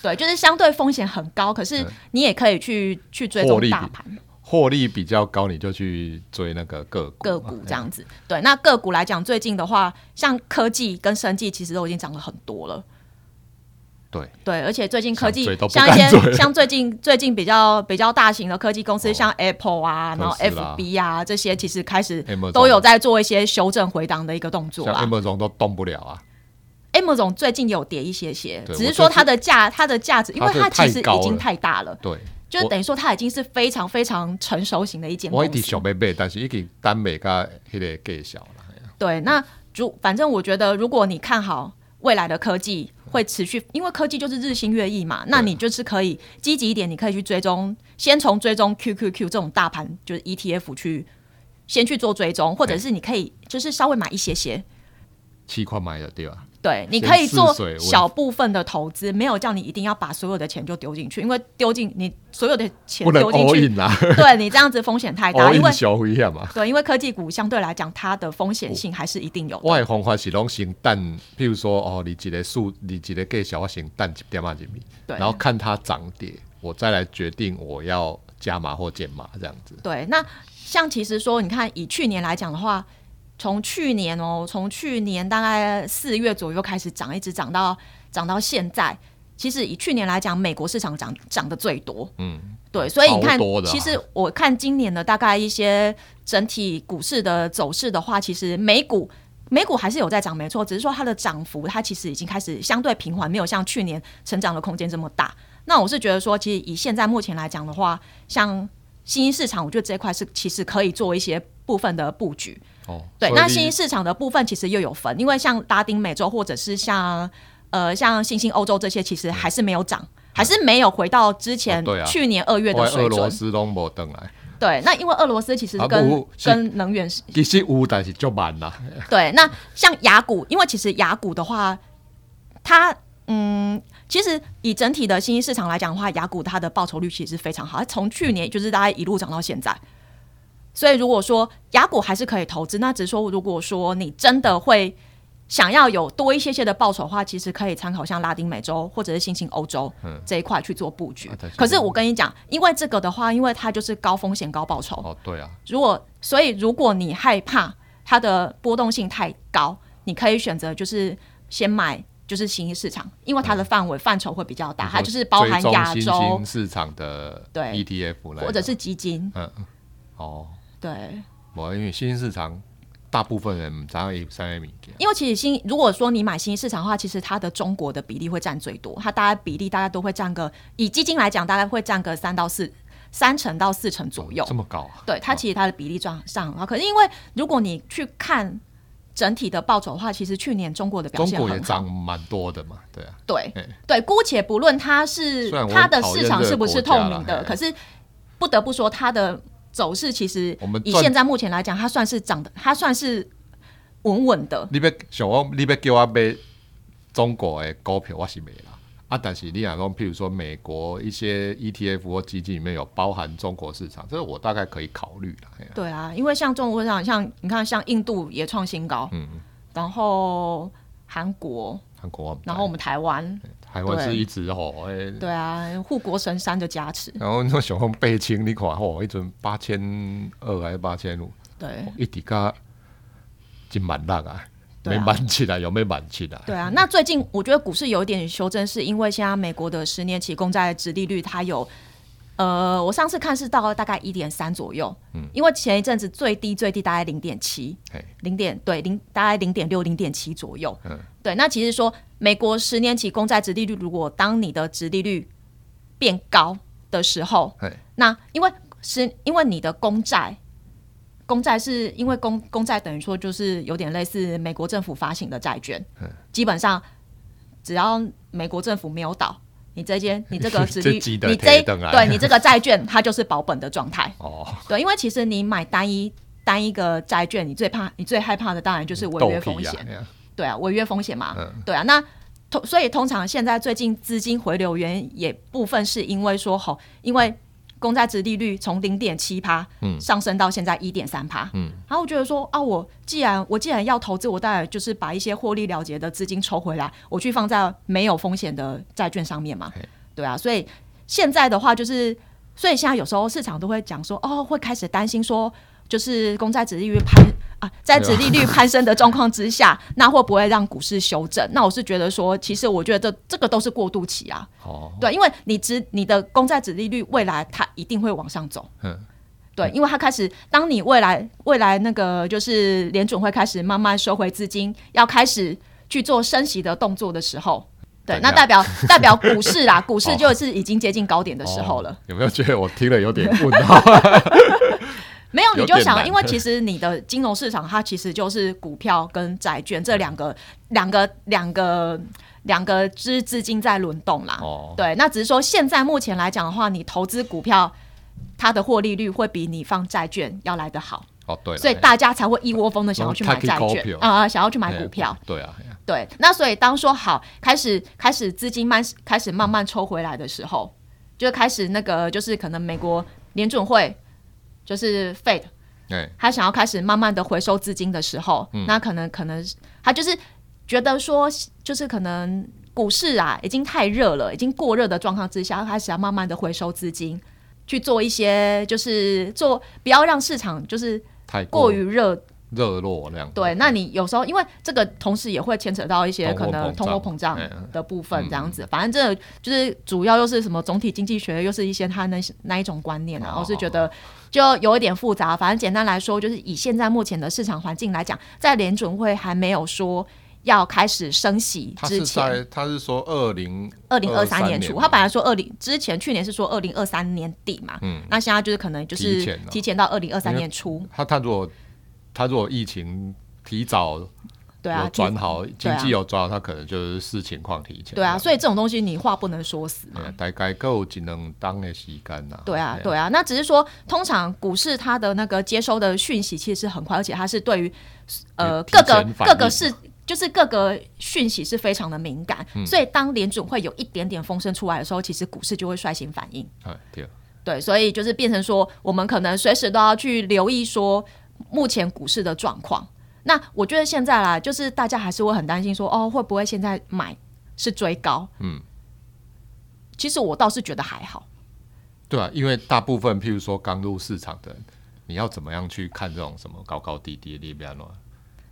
Speaker 3: 对，就是相对风险很高，可是你也可以去去
Speaker 2: 嗯
Speaker 3: 追
Speaker 2: 获
Speaker 3: 踪
Speaker 2: 利
Speaker 3: 大
Speaker 2: 比
Speaker 3: 盘。
Speaker 2: 获利比较高，你就去追那个个股嘛。啊
Speaker 3: 个股这样子。对，那个股来讲，最近的话，像科技跟生技其实都已经涨了很多了。
Speaker 2: 对
Speaker 3: 对，而且最近科技
Speaker 2: 想追都不
Speaker 3: 像
Speaker 2: 敢
Speaker 3: 一些
Speaker 2: 追
Speaker 3: 像最近最近比较比较大型的科技公司，像 Apple 啊，然后
Speaker 2: 哦特斯拉
Speaker 3: FB 啊这些，其实开始
Speaker 2: Amazon
Speaker 3: 都有在做一些修正回档的一个动作
Speaker 2: 像
Speaker 3: 啦。
Speaker 2: Amazon 都动不了啊，
Speaker 3: M 总最近有跌一些些，
Speaker 2: 对
Speaker 3: 只
Speaker 2: 我
Speaker 3: 是说
Speaker 2: 就是
Speaker 3: 它的价它的价值，因为
Speaker 2: 它是
Speaker 3: 它其
Speaker 2: 太
Speaker 3: 实
Speaker 2: 高
Speaker 3: 已经
Speaker 2: 了
Speaker 3: 太大了。
Speaker 2: 对，
Speaker 3: 就是等于说它已经是非常非常成熟型的一间
Speaker 2: 我一
Speaker 3: 公
Speaker 2: 直
Speaker 3: 司
Speaker 2: 想。要买，但是已经单买甲啊迄个计小啦。嘿啊
Speaker 3: 对，那如反正我觉得，如果你看好未来的科技会持续，因为科技就是日新月异嘛，
Speaker 2: 啊
Speaker 3: 那你就是可以积极一点，你可以去追踪，先从追踪 QQQ 这种大盘就是 ETF 去先去做追踪，或者是你可以就是稍微买一些些。
Speaker 2: 七块买的对啊吧？
Speaker 3: 对，你
Speaker 2: 先
Speaker 3: 可以做
Speaker 2: 试水温
Speaker 3: 小部分的投资，没有叫你一定要把所有的钱就丢进去，因为丢进你所有的钱
Speaker 2: 不能
Speaker 3: 丢进
Speaker 2: all
Speaker 3: 去，
Speaker 2: in 啦
Speaker 3: 对你这样子风险太 大，
Speaker 2: ，all
Speaker 3: 因为
Speaker 2: in 小危险嘛。
Speaker 3: 对，因为科技股相对来讲，它的风
Speaker 2: 哦
Speaker 3: 险性还是一定有的。
Speaker 2: 我的方法是拢先等，譬如说哦，你一个数，你一个计小，我先等一点啊入面，
Speaker 3: 对
Speaker 2: 然后看它涨跌，我再来决定我要加码或减码这样子。
Speaker 3: 对，那像其实说，你看以去年来讲的话，从去年哦，从去年大概四月左右开始涨，一直涨到涨到现在。其实以去年来讲，美国市场涨涨得最多，嗯，对，所以你看
Speaker 2: 超多，的啊
Speaker 3: 其实我看今年的大概一些整体股市的走势的话，其实美股美股还是有在涨，没错，只是说它的涨幅它其实已经开始相对平缓，没有像去年成长的空间这么大。那我是觉得说，其实以现在目前来讲的话，像新兴市场，我觉得这一块是其实可以做一些部分的布局。
Speaker 2: 哦，
Speaker 3: 对，
Speaker 2: 所以
Speaker 3: 那
Speaker 2: 你
Speaker 3: 新兴市场的部分其实又有分，因为像拉丁美洲或者是像呃像新兴欧洲这些，其实还是没有涨，还是没有回到之前、
Speaker 2: 嗯哦对啊
Speaker 3: 去年二月
Speaker 2: 我
Speaker 3: 的
Speaker 2: 的俄
Speaker 3: 水
Speaker 2: 罗
Speaker 3: 准。
Speaker 2: 斯拢无等来，
Speaker 3: 对，那因为俄罗斯其实
Speaker 2: 啊
Speaker 3: 跟、
Speaker 2: 不是
Speaker 3: 跟能源是
Speaker 2: 其实有，但是就慢啦。
Speaker 3: 对，那像雅股，因为其实雅股的话，它嗯，其实以整体的新兴市场来讲的话，雅股它的报酬率其实非常好，它从去年就是大概一路涨到现在。所以如果说雅股还是可以投资，那只是说如果说你真的会想要有多一些些的报酬的话，其实可以参考像拉丁美洲或者是新兴欧洲这一块去做布局。
Speaker 2: 啊但是
Speaker 3: 可是我跟你讲，因为这个的话，因为它就是高风险高报酬，
Speaker 2: 哦，对啊，
Speaker 3: 如果所以，如果你害怕它的波动性太高，你可以选择就是先买就是新兴市场，因为它的范围范畴会比较大，它就是包含亚
Speaker 2: 嗯追踪新
Speaker 3: 洲
Speaker 2: 兴市场的
Speaker 3: 对
Speaker 2: ETF 来的，
Speaker 3: 或者是基金。
Speaker 2: 嗯嗯哦，
Speaker 3: 对，
Speaker 2: 无因为新兴市场大部分人唔知道伊啥物物件，
Speaker 3: 因为其实新如果说你买新兴市场的话，其实它的中国的比例会占最多，它大概比例大概都会占个以基金来讲，大概会占个三到四三成到四成左右
Speaker 2: 这。么高啊？
Speaker 3: 对它其实它的比例占上很高，可是因为如果你去看整体的报酬的话，其实去年中国的表
Speaker 2: 中
Speaker 3: 现
Speaker 2: 国也
Speaker 3: 很好。
Speaker 2: 涨蛮多的嘛，对啊。
Speaker 3: 对
Speaker 2: 嘿
Speaker 3: 对，姑且不论它是
Speaker 2: 虽然我
Speaker 3: 它的
Speaker 2: 很讨
Speaker 3: 市
Speaker 2: 厌
Speaker 3: 场
Speaker 2: 这个
Speaker 3: 是不是
Speaker 2: 国
Speaker 3: 透
Speaker 2: 家啦
Speaker 3: 明的，
Speaker 2: 嘿
Speaker 3: 可是不得不说它的走势其实
Speaker 2: 我们
Speaker 3: 以
Speaker 2: 赚
Speaker 3: 现在目前来讲，它算是涨的，它算是稳稳的。
Speaker 2: 你要想我，你要叫我买中国的股票，我是买啦。啊，但是你若讲，譬如说美国一些 ETF 或基金里面有包含中国市场，这个我大概可以考虑啦。嘿啊
Speaker 3: 对啊，因为像中国市场，像你看，像印度也创新高，
Speaker 2: 嗯
Speaker 3: 然后韩国，
Speaker 2: 韩国我不知道，
Speaker 3: 然后我们台湾，
Speaker 2: 台湾是一直吼，诶、
Speaker 3: 对啊，护国神山的加持，
Speaker 2: 然后那想讲背清你看吼，一阵八千二还是八千五，
Speaker 3: 对
Speaker 2: 一直加真蛮浪啊，
Speaker 3: 对
Speaker 2: 没
Speaker 3: 啊
Speaker 2: 满起来，有没有满起来？
Speaker 3: 对啊，那最近我觉得股市有一点修正，是因为现在美国的十年期公债殖利率它有，呃，我上次看是到大概一点三左右，嗯，因为前一阵子最低最低大概零点七，
Speaker 2: 嘿，
Speaker 3: 零点对零大概零点六零点七左右，
Speaker 2: 嗯
Speaker 3: 对，那其实说美国十年期公债殖利率，如果当你的殖利率变高的时候，
Speaker 2: 嘿，
Speaker 3: 那因为是因为你的公债，公债是因为公公债等于说就是有点类似美国政府发行的债券，基本上只要美国政府没有倒，你这间 你这个殖利
Speaker 2: 这记得
Speaker 3: 你
Speaker 2: 提
Speaker 3: 这
Speaker 2: 回来
Speaker 3: 对你这个债券它就是保本的状态。
Speaker 2: 哦，
Speaker 3: 对，因为其实你买单一单一个债券，你最怕你最害怕的当然就是违
Speaker 2: 斗
Speaker 3: 约风
Speaker 2: 屁
Speaker 3: 险
Speaker 2: 啊。嘿啊，
Speaker 3: 对啊，违约风险嘛，对啊，那通所以通常现在最近资金回流源也部分是因为说吼，因为公债值利率从零点七趴上升到现在一点三趴，嗯，然后我觉得说啊，我既然我既然要投资，我当然就是把一些获利了结的资金抽回来，我去放在没有风险的债券上面嘛
Speaker 2: 嘿，
Speaker 3: 对啊，所以现在的话就是，所以现在有时候市场都会讲说，哦，会开始担心说，就是公债殖利率攀啊，在殖利率攀升的状况之下， 那会不会让股市修正？那我是觉得说，其实我觉得这这个都是过渡期啊，
Speaker 2: 哦，
Speaker 3: 对，因为你殖你的公债殖利率未来它一定会往上走，
Speaker 2: 嗯，
Speaker 3: 对，因为它开始，当你未来未来那个就是联准会开始慢慢收回资金，要开始去做升息的动作的时候，对，
Speaker 2: 怎
Speaker 3: 那
Speaker 2: 样
Speaker 3: 代表代表股市啦，股市就是已经接近高点的时候了。
Speaker 2: 哦有没有觉得我听了有 点问号？
Speaker 3: 没有，你
Speaker 2: 有
Speaker 3: 就
Speaker 2: 点
Speaker 3: 想，
Speaker 2: 难
Speaker 3: 因为其实你的金融市场它其实就是股票跟债券这两个、两个、两个、两个资资金在轮动啦。
Speaker 2: 哦
Speaker 3: 对，那只是说现在目前来讲的话，你投资股票，它的获利率会比你放债券要来得好，
Speaker 2: 哦，对啦，哦
Speaker 3: 所以大家才会一窝蜂的想要去买债
Speaker 2: 那种 tacky
Speaker 3: 券
Speaker 2: call
Speaker 3: 啊、想要去
Speaker 2: 嘿
Speaker 3: 买股票。，
Speaker 2: 对啊，嘿啊
Speaker 3: 对，那所以当说好开始开始资金慢开始慢慢抽回来的时候，就开始那个就是可能美国联准会就是 Fed
Speaker 2: 哎，
Speaker 3: 他想要开始慢慢的回收资金的时候，那可能可能他就是觉得说，就是可能股市啊已经太热了，已经过热的状况之下，他开始要慢慢的回收资金，去做一些就是做不要让市场就是
Speaker 2: 太
Speaker 3: 过于热。
Speaker 2: 热络那样。
Speaker 3: 对，那你有时候因为这个同时也会牵扯到一些可能
Speaker 2: 通
Speaker 3: 通
Speaker 2: 货
Speaker 3: 货
Speaker 2: 膨
Speaker 3: 膨
Speaker 2: 胀哎嗯
Speaker 3: 胀的部分这样子，反正这就是主要又是什么总体经济学，又是一些他那些那一种观念啊，
Speaker 2: 哦
Speaker 3: 我是觉得就有一点复杂。反正简单来说，就是以现在目前的市场环境来讲，在联准会还没有说。要开始升息
Speaker 2: 他
Speaker 3: 之
Speaker 2: 是
Speaker 3: 前，
Speaker 2: 在他是说二零
Speaker 3: 二零二三
Speaker 2: 年
Speaker 3: 年初，他本来说二零之前去年是说二零二三年底嘛，
Speaker 2: 嗯
Speaker 3: 那现在就是可能就
Speaker 2: 提
Speaker 3: 是
Speaker 2: 前了
Speaker 3: 提前到二零二三
Speaker 2: 因为
Speaker 3: 年初，
Speaker 2: 他他如果他如果疫情提早
Speaker 3: 对啊，
Speaker 2: 有转好，
Speaker 3: 对
Speaker 2: 经
Speaker 3: 啊
Speaker 2: 济有转好，他可能就是视情况提前。
Speaker 3: 对啊，所
Speaker 2: 以
Speaker 3: 以这种东西你话不能说死嘛，
Speaker 2: 大概够一两当的时间呐。
Speaker 3: 对啊，
Speaker 2: 嘿
Speaker 3: 对啊，那只是说，通常股市它的那个接收的讯息其实是很快，而且它是对于呃
Speaker 2: 有提
Speaker 3: 各
Speaker 2: 前
Speaker 3: 个
Speaker 2: 反
Speaker 3: 各
Speaker 2: 应嘛嗯
Speaker 3: 个市就是各个讯息是非常的敏感，所以当联准会有一点点风声出来的时候，其实股市就会率先反应。
Speaker 2: 哎对，
Speaker 3: 对，所以就是变成说，我们可能随时都要去留意说目前股市的状况。那我觉得现在啦，就是大家还是会很担心说，哦，会不会现在买是追高？
Speaker 2: 嗯，
Speaker 3: 其实我倒是觉得还好。
Speaker 2: 对啊，因为大部分譬如说刚入市场的人，你要怎么样去看这种什么高高低低的啊变乱？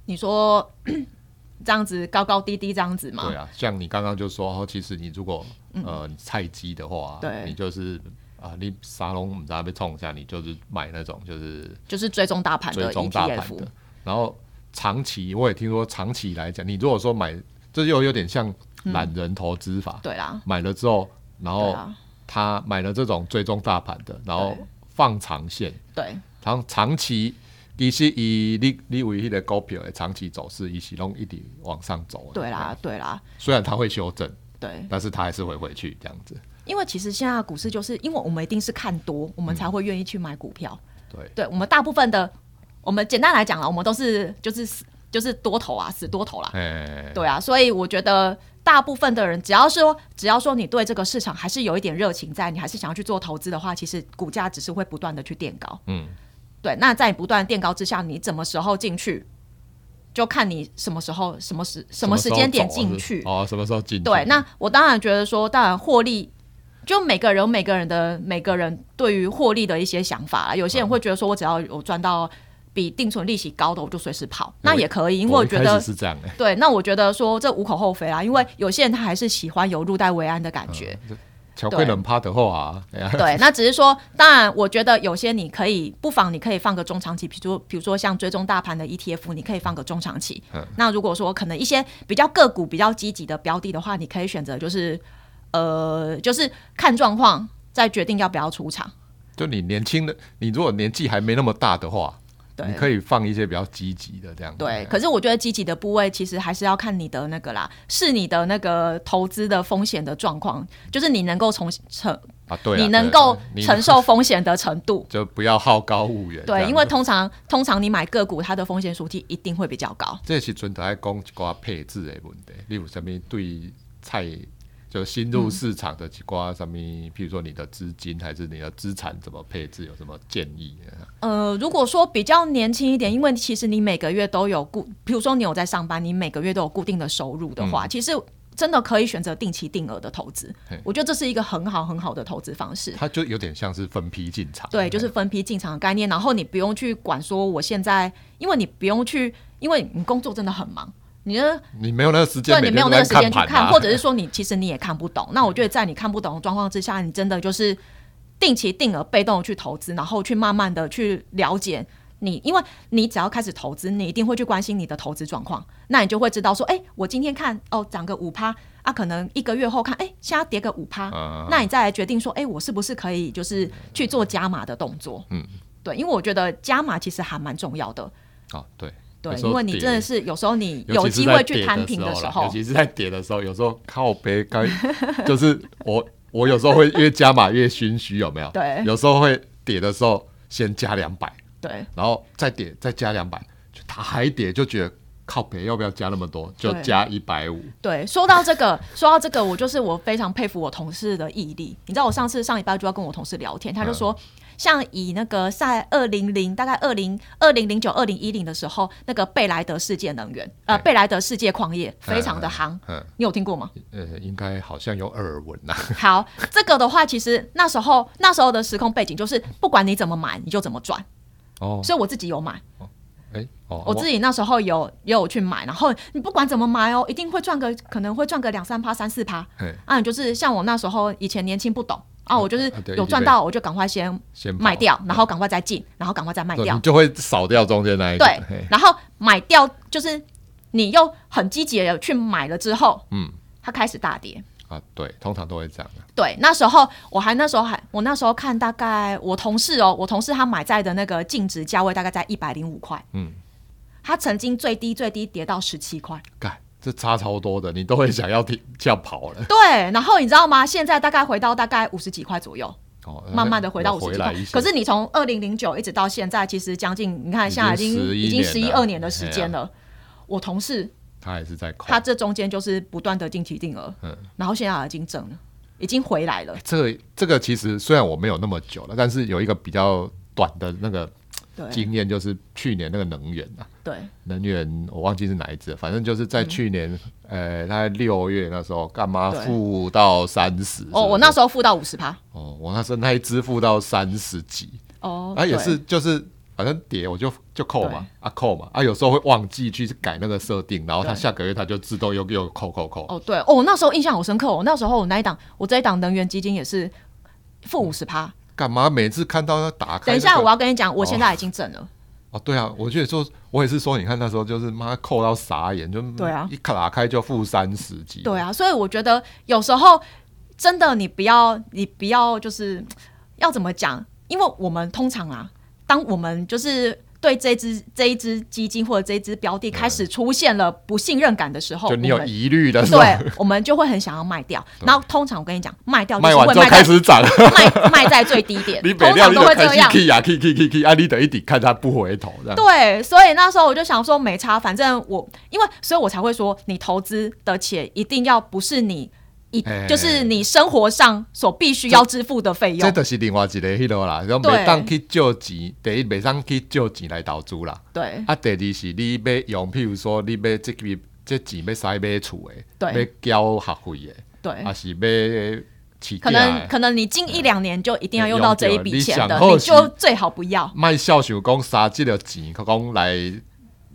Speaker 3: 你说 这样子高高低低这样子嘛？嗯
Speaker 2: 对啊，像你刚刚就说，哦，其实你如果呃你菜鸡的话，
Speaker 3: 对
Speaker 2: 你就是啊，你沙龙我们在被冲一下，你就是买那种就是
Speaker 3: 就是追踪大盘
Speaker 2: 追
Speaker 3: 的 E
Speaker 2: 踪大
Speaker 3: ETF，
Speaker 2: 盘的。然后长期我也听说，长期来讲，你如果说买，这又有点像懒人投资法，
Speaker 3: 对啦，
Speaker 2: 买了之后，然
Speaker 3: 嗯对啊
Speaker 2: 后
Speaker 3: 啦，
Speaker 2: 他买了这种追踪大盘的，然后放长线，
Speaker 3: 对
Speaker 2: 然后长期。其实以你你为迄个股票的长期走势，伊是拢一直往上走的。哎
Speaker 3: 对啦，对啦，
Speaker 2: 虽然它会修正，
Speaker 3: 对，
Speaker 2: 但是它还是会回去这样子。
Speaker 3: 因为其实现在的股市就是因为我们一定是看多，我们才会愿意去买股票。
Speaker 2: 对，
Speaker 3: 对我们大部分的，我们简单来讲啦，我们都是就是死就是多头啊，死多头啦。
Speaker 2: 哎，
Speaker 3: 对啊，所以我觉得大部分的人，只要是说只要说你对这个市场还是有一点热情在，你还是想要去做投资的话，其实股价只是会不断的去垫高。
Speaker 2: 嗯，
Speaker 3: 对。那在你不断地垫高之下，你怎么时候进去，就看你什么时候、啊什么时、什么时间点进去。
Speaker 2: 哦，什么时候进去？
Speaker 3: 对，那我当然觉得说，当然获利。就每个人有每个人的每个人对于获利的一些想法啦，有些人会觉得说，我只要有赚到比定存利息高的，我就随时跑，那也可以，因为我
Speaker 2: 一
Speaker 3: 觉
Speaker 2: 开
Speaker 3: 得
Speaker 2: 始是这样的，欸
Speaker 3: 对，那我觉得说这无可厚非啦，啊因为有些人他还是喜欢有入袋为安的感觉。
Speaker 2: 乔贵人趴的话啊，哎呀
Speaker 3: 对，嗯 那只是说，当然，我觉得有些你可以不妨你可以放个中长期，比如说比如说像追踪大盘的 ETF，你可以放个中长期。嗯那如果说可能一些比较个股比较积极的标的的话，你可以选择就是呃，就是看状况再决定要不要出场。
Speaker 2: 就你年轻的，你如果年纪还没那么大的话，
Speaker 3: 对
Speaker 2: 你可以放一些比较积极的这样子。
Speaker 3: 对，
Speaker 2: 哎
Speaker 3: 可是我觉得积极的部位其实还是要看你的那个啦，是你的那个投资的风险的状况，就是你能够从承
Speaker 2: 啊，对啊，
Speaker 3: 你
Speaker 2: 对
Speaker 3: 能够
Speaker 2: 你。
Speaker 3: 承受风险的程 度
Speaker 2: 就不要好高骛远这样
Speaker 3: 对，
Speaker 2: 子。
Speaker 3: 因为通常通常你买个股，它的风险属性一定会比较高。
Speaker 2: 这时阵就爱讲一寡配置的问题，例如什么对菜。就新入市场的几寡什么，譬如说你的资金还是你的资产怎么配置，有什么建议啊？
Speaker 3: 呃，如果说比较年轻一点，因为其实你每个月都有固，比如说你有在上班，你每个月都有固定的收入的话，其实真的可以选择定期定额的投资
Speaker 2: 嗯嘿。
Speaker 3: 我觉得这是一个很好很好的投资方式。
Speaker 2: 它就有点像是分批进场，
Speaker 3: 对，就是分批进场的概念，然后你不用去管说我现在，因为你不用去，因为你工作真的很忙，你的
Speaker 2: 你没有那个时间，
Speaker 3: 对你没有
Speaker 2: 每
Speaker 3: 那
Speaker 2: 天
Speaker 3: 个时
Speaker 2: 都在
Speaker 3: 间去
Speaker 2: 盘
Speaker 3: 看，
Speaker 2: 啊
Speaker 3: 或者是说你其实你也看不懂。那我觉得在你看不懂的状况之下，你真的就是定期定额被动地去投资，然后去慢慢的去了解你，因为你只要开始投资，你一定会去关心你的投资状况，那你就会知道说，哎、我今天看哦涨个五趴啊，可能一个月后看，哎、现在跌个五趴，
Speaker 2: 嗯
Speaker 3: 那你再来决定说，哎、我是不是可以就是去做加码的动作？
Speaker 2: 嗯，
Speaker 3: 对，因为我觉得加码其实还蛮重要的，
Speaker 2: 啊，对
Speaker 3: 对，
Speaker 2: 有时候
Speaker 3: 因为你真的是有时候你
Speaker 2: 跌
Speaker 3: 有
Speaker 2: 尤其是
Speaker 3: 机
Speaker 2: 在
Speaker 3: 会
Speaker 2: 跌
Speaker 3: 去摊平
Speaker 2: 的
Speaker 3: 的时
Speaker 2: 啦
Speaker 3: 候
Speaker 2: 尤，其是在跌的时候，有时候靠背该 就是我我有时候会越加码越心虚，有没有？
Speaker 3: 对
Speaker 2: 有时候会跌的时候先加两百，
Speaker 3: 对
Speaker 2: 然后再跌再加两百，就它还跌就觉得靠背要不要加那么多？就
Speaker 3: 对
Speaker 2: 加一百五，
Speaker 3: 对。说到这个，说到这个，我就是我非常佩服我同事的毅力。你知道，我上次上礼拜就要跟我同事聊天，他
Speaker 2: 嗯
Speaker 3: 就说。像以那个在二零零大概二零二零零九二零一零的时候，那个贝莱德世界能源，呃，
Speaker 2: 对
Speaker 3: 贝莱德世界矿业非常的夯，
Speaker 2: 嗯，
Speaker 3: 你有听过吗？
Speaker 2: 呃，应该好像有耳闻啊呐、
Speaker 3: 好，这个的话，其实那时候那时候的时空背景就是，不管你怎么买，你就怎么赚。
Speaker 2: 哦，
Speaker 3: 所以我自己有买，
Speaker 2: 哎、哦，
Speaker 3: 我自己那时候有也有去买，然后你不管怎么买哦，一定会赚个可能会赚个两三趴、三四趴。
Speaker 2: 嘿
Speaker 3: 啊，你就是像我那时候以前年轻不懂啊，我就是
Speaker 2: 啊对
Speaker 3: 有赚到我就赶快先
Speaker 2: 先跑
Speaker 3: 卖掉，然后赶快再进，然后赶快再卖
Speaker 2: 对
Speaker 3: 掉
Speaker 2: 你。就会扫掉中间那一个。
Speaker 3: 啊对
Speaker 2: 嘿，
Speaker 3: 然后买掉就是你又很积极的去买了之后，
Speaker 2: 嗯，
Speaker 3: 它开始大跌。
Speaker 2: 啊，对，通常都会这样啊的。
Speaker 3: 对，那时候我还那时候还我那时候看大概我同事哦，我同事他买在的那个净值价位大概在一百零五块，
Speaker 2: 嗯，
Speaker 3: 他曾经最低最低跌到十七块。
Speaker 2: 干，这差超多的，你都会想要停要跑了。
Speaker 3: 对，然后你知道吗？现在大概回到大概五十几块左右，
Speaker 2: 哦，
Speaker 3: 慢慢的回到五十
Speaker 2: 回
Speaker 3: 几
Speaker 2: 来
Speaker 3: 块
Speaker 2: 一些。。
Speaker 3: 可是你从二零零九一直到现在，其实将近你看现在
Speaker 2: 已
Speaker 3: 已
Speaker 2: 经
Speaker 3: 经已经十
Speaker 2: 11
Speaker 3: 一
Speaker 2: 年了哎
Speaker 3: 二年的时间了。我同事
Speaker 2: 他还是在扣
Speaker 3: 他。这中间就是不断的定期定额，
Speaker 2: 嗯
Speaker 3: 然后现在已经挣了，已经回来了。
Speaker 2: 这个这个其实虽然我没有那么久了，但是有一个比较短的那个
Speaker 3: 对
Speaker 2: 经验，就是去年那个能源啊，
Speaker 3: 对
Speaker 2: 能源我忘记是哪一只了，反正就是在去年，呃，大概六月那时候，干嘛
Speaker 3: 嗯对
Speaker 2: 负到三十？
Speaker 3: 哦，我那
Speaker 2: 时
Speaker 3: 时候负到五十趴
Speaker 2: 候，哦，我那时候那一支负到三十几，
Speaker 3: 哦，
Speaker 2: 啊，也
Speaker 3: 对
Speaker 2: 是就是反正跌我就就扣嘛，啊扣嘛，啊有时候会忘记去改那个设定，然后它
Speaker 3: 对
Speaker 2: 下个月它就自动又又扣扣扣。
Speaker 3: 哦，对哦，我那时候印象好深刻、哦。我那时候我那一档，我这一档能源基金也是负五十趴。
Speaker 2: 干嘛每次看到要打开、
Speaker 3: 等一下，我要跟你讲，我现在已经挣了。
Speaker 2: 哦，对啊，我觉得说，我也是说，你看那时候就是妈扣到傻眼，就
Speaker 3: 对啊
Speaker 2: 一打开就负三十几。
Speaker 3: 对啊，所以我觉得有时候真的你不要，你不要就是要怎么讲？因为我们通常啊，当我们就是。对这只这一只基金或者这一只标的开始出现了不信任感的时候，
Speaker 2: 就你
Speaker 3: 我
Speaker 2: 有
Speaker 3: 们
Speaker 2: 疑虑的时候，
Speaker 3: 对， 我们就会很想要卖掉。然后通常我跟你讲，卖掉就
Speaker 2: 卖
Speaker 3: 是
Speaker 2: 完
Speaker 3: 会
Speaker 2: 之后
Speaker 3: 卖
Speaker 2: 开
Speaker 3: 在
Speaker 2: 始 涨，
Speaker 3: 卖卖在最低点，
Speaker 2: 你北
Speaker 3: 通
Speaker 2: 料
Speaker 3: 常
Speaker 2: 你
Speaker 3: 都
Speaker 2: 就
Speaker 3: 会
Speaker 2: 开
Speaker 3: 这
Speaker 2: 始
Speaker 3: 样。
Speaker 2: K 呀 K K K K，啊，你等一底看它不回头这样。
Speaker 3: 对，所以那时候我就想说没差，反正我因为所以我才会说，你投资的钱一定要不是你一
Speaker 2: 哎
Speaker 3: 就是你生活上所必须要支付的费
Speaker 2: 这
Speaker 3: 用。
Speaker 2: 就是另外一个迄落啦，然后
Speaker 3: 对
Speaker 2: 每当去借钱，第一每当去借钱来投资啦，
Speaker 3: 对
Speaker 2: 啊，第二是你要用，譬如说你要这笔这钱要使买厝的
Speaker 3: 对，
Speaker 2: 要交学费的，
Speaker 3: 对
Speaker 2: 啊，是要饲
Speaker 3: 可
Speaker 2: 囝的
Speaker 3: 能可能你近一两年就一定要用到这一笔钱
Speaker 2: 哎用
Speaker 3: 的，
Speaker 2: 到
Speaker 3: 你就最好不要。
Speaker 2: 卖笑想讲杀即个钱，可讲来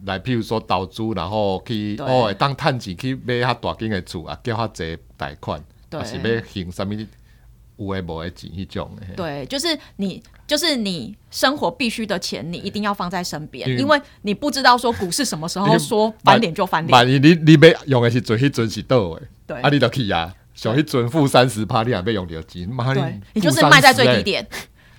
Speaker 2: 来，譬如说投资，然后去
Speaker 3: 对
Speaker 2: 哦，会当趁钱去买较大间的厝啊，叫较济贷款，
Speaker 3: 对
Speaker 2: 啊是要行啥物有诶无诶钱迄种诶。
Speaker 3: 对，就是你，就是你生活必须的钱，你一定要放在身边，
Speaker 2: 因为
Speaker 3: 因为你不知道说股市什么时
Speaker 2: 因
Speaker 3: 候
Speaker 2: 为
Speaker 3: 说
Speaker 2: 万
Speaker 3: 翻脸就翻脸。
Speaker 2: 万一你你要用的时阵，迄阵是倒诶，
Speaker 3: 对
Speaker 2: 啊你就去啊，像迄阵负三十趴，你也要用着钱，妈
Speaker 3: 对
Speaker 2: 负
Speaker 3: 你就是卖在最
Speaker 2: 30
Speaker 3: 低。点。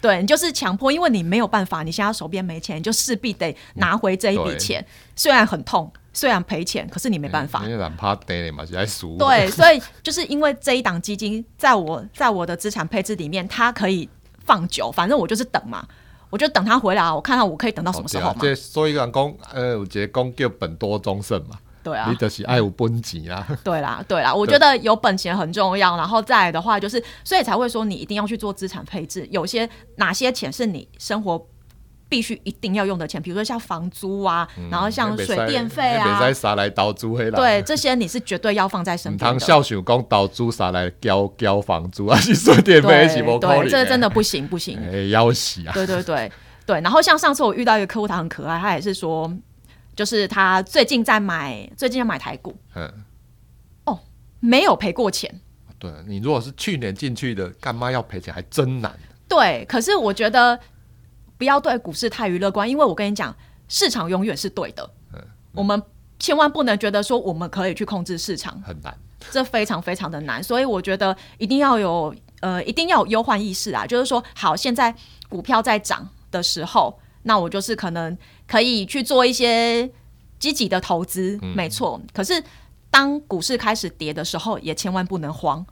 Speaker 3: 对你就是强迫，因为你没有办法，你现在手边没钱，你就势必得拿回这一
Speaker 2: 嗯
Speaker 3: 笔
Speaker 2: 对
Speaker 3: 钱。虽然很痛，虽然赔钱，可是你没办法
Speaker 2: 因。为咱怕跌嘛，是爱输。
Speaker 3: 对，所以就是因为这一档基金，在我在我的资产配置里面，它可以放久，反正我就是等嘛，我就等它回来啊，我看看我可以等到什么时候
Speaker 2: 哦
Speaker 3: 嘛。
Speaker 2: 对啊这所以讲讲，呃，有一个讲叫本多终胜嘛，
Speaker 3: 对啊
Speaker 2: 你，就是爱有本钱啊啦。
Speaker 3: 对啦，对啦，我觉得有本钱很重要，然后再来的话就是，所以才会说你一定要去做资产配置，有些哪些钱是你生活。必须一定要用的钱，比如说像房租啊，
Speaker 2: 嗯
Speaker 3: 然后 像水电费啊，
Speaker 2: 袂使啥来投资迄啦。
Speaker 3: 对，这些你是绝对要放在身
Speaker 2: 唔
Speaker 3: 边
Speaker 2: 通
Speaker 3: 的。
Speaker 2: 笑想讲投资啥来交交房租啊， 是水电费是无
Speaker 3: 对
Speaker 2: 可能的。
Speaker 3: 对，这真的不行 不行。
Speaker 2: 哎，要死啊！
Speaker 3: 对对对对。然后像上次我遇到一个客户，他很可爱，他也是说，就是他最近在买，最近在买台股，哦
Speaker 2: 嗯，
Speaker 3: 没有赔过钱。
Speaker 2: 对你如果是去年进去的，干嘛要赔钱？还真难。
Speaker 3: 对，可是我觉得不要对股市太于乐观，因为我跟你讲，市
Speaker 2: 嗯
Speaker 3: 场永远是对的。我们千万不能觉得说我们可以去控制市场，
Speaker 2: 很难，
Speaker 3: 这非常非常的难，所以我觉得一定要有呃，一定要有忧患意识啊，就是说，好，现在股票在涨的时候，那我就是可能可以去做一些积极的投资，
Speaker 2: 嗯
Speaker 3: 没错。可是当股市开始跌的时候，也千万不能慌。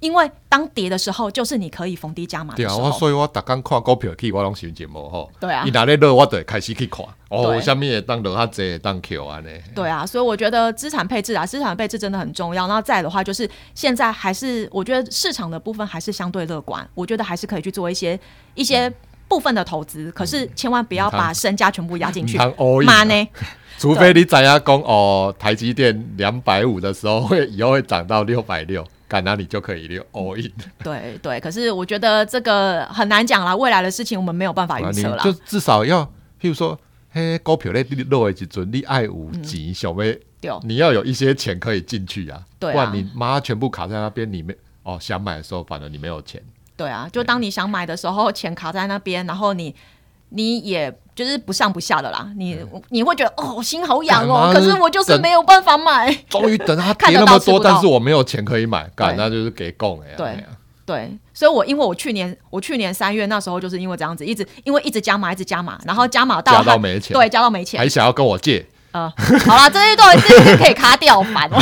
Speaker 3: 因为当跌的时候，就是你可以逢低加码的
Speaker 2: 对
Speaker 3: 时
Speaker 2: 啊，我
Speaker 3: 候。
Speaker 2: 所以我逐工看股票去，我拢想节目吼。
Speaker 3: 对啊
Speaker 2: 伊若咧落，我就会开始去看。哦，
Speaker 3: 对
Speaker 2: 有啥物会当落较济，会当扣安尼。
Speaker 3: 对啊，所以我觉得资产配置啊，资产配置真的很重要。那再的话，就是现在还是我觉得市场的部分还是相对乐观，我觉得还是可以去做一些一些部分的投资，可是千万不要把身家全部压进去
Speaker 2: 嗯。all in
Speaker 3: 妈呢？
Speaker 2: 除非你知影讲哦，台积电两百五的时候会以后会涨到六百六，干那你就可以六 all in。
Speaker 3: 对对，可是我觉得这个很难讲啦，未来的事情我们没有办法
Speaker 2: 啊
Speaker 3: 预
Speaker 2: 你
Speaker 3: 测啦
Speaker 2: 就。至少要，譬如说，嘿，股票咧落的时阵，你爱有钱，想要
Speaker 3: 对哦
Speaker 2: 你要有一些钱可以进去啊，
Speaker 3: 嗯对啊
Speaker 2: 不然你妈全部卡在那边，你没哦想买的时候，反而你没有钱。
Speaker 3: 对啊，就当你想买的时候，钱卡在那边，然后你你也就是不上不下的啦，你
Speaker 2: 嗯
Speaker 3: 你会觉得哦心好痒哦，
Speaker 2: 干嘛
Speaker 3: 可是我就是
Speaker 2: 等
Speaker 3: 没有办法买。
Speaker 2: 终于等它
Speaker 3: 看
Speaker 2: 跌
Speaker 3: 得
Speaker 2: 那
Speaker 3: 到
Speaker 2: 么
Speaker 3: 吃
Speaker 2: 多，
Speaker 3: 不到
Speaker 2: 但是我没有钱可以买，干
Speaker 3: 对
Speaker 2: 那就是给供哎呀。
Speaker 3: 对
Speaker 2: 哎呀
Speaker 3: 对，所以我因为我去年我去年三月那时候就是因为这样子，一直因为一直加码，一直加码，然后加码到
Speaker 2: 加到
Speaker 3: 还
Speaker 2: 没钱哎
Speaker 3: 对，加到没钱
Speaker 2: 还，想要跟我借，
Speaker 3: 呃，好啦，这些都这些可以卡掉，烦了。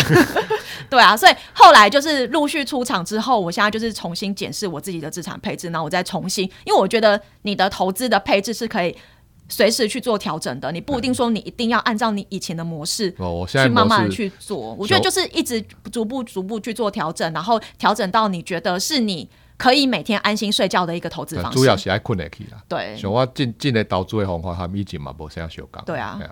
Speaker 3: 对啊，所以后来就是陆续出场之后，我现在就是重新检视我自己的资产配置，然后我再重新，因为我觉得你的投资的配置是可以随时去做调整的，你
Speaker 2: 嗯
Speaker 3: 不一定说你一定要按照你以前的模式
Speaker 2: 哦，我现在
Speaker 3: 去慢慢
Speaker 2: 模
Speaker 3: 地
Speaker 2: 式
Speaker 3: 去做。我觉得就是一直逐步逐步去做调整，然后调整到你觉得是你可以每天安心睡觉的一个投资
Speaker 2: 呃
Speaker 3: 方
Speaker 2: 主要
Speaker 3: 式。
Speaker 2: 是爱困得起啦。
Speaker 3: 对
Speaker 2: 像我进进的投资的方法，他们以前嘛无啥相共。
Speaker 3: 对啊
Speaker 2: 哎呀，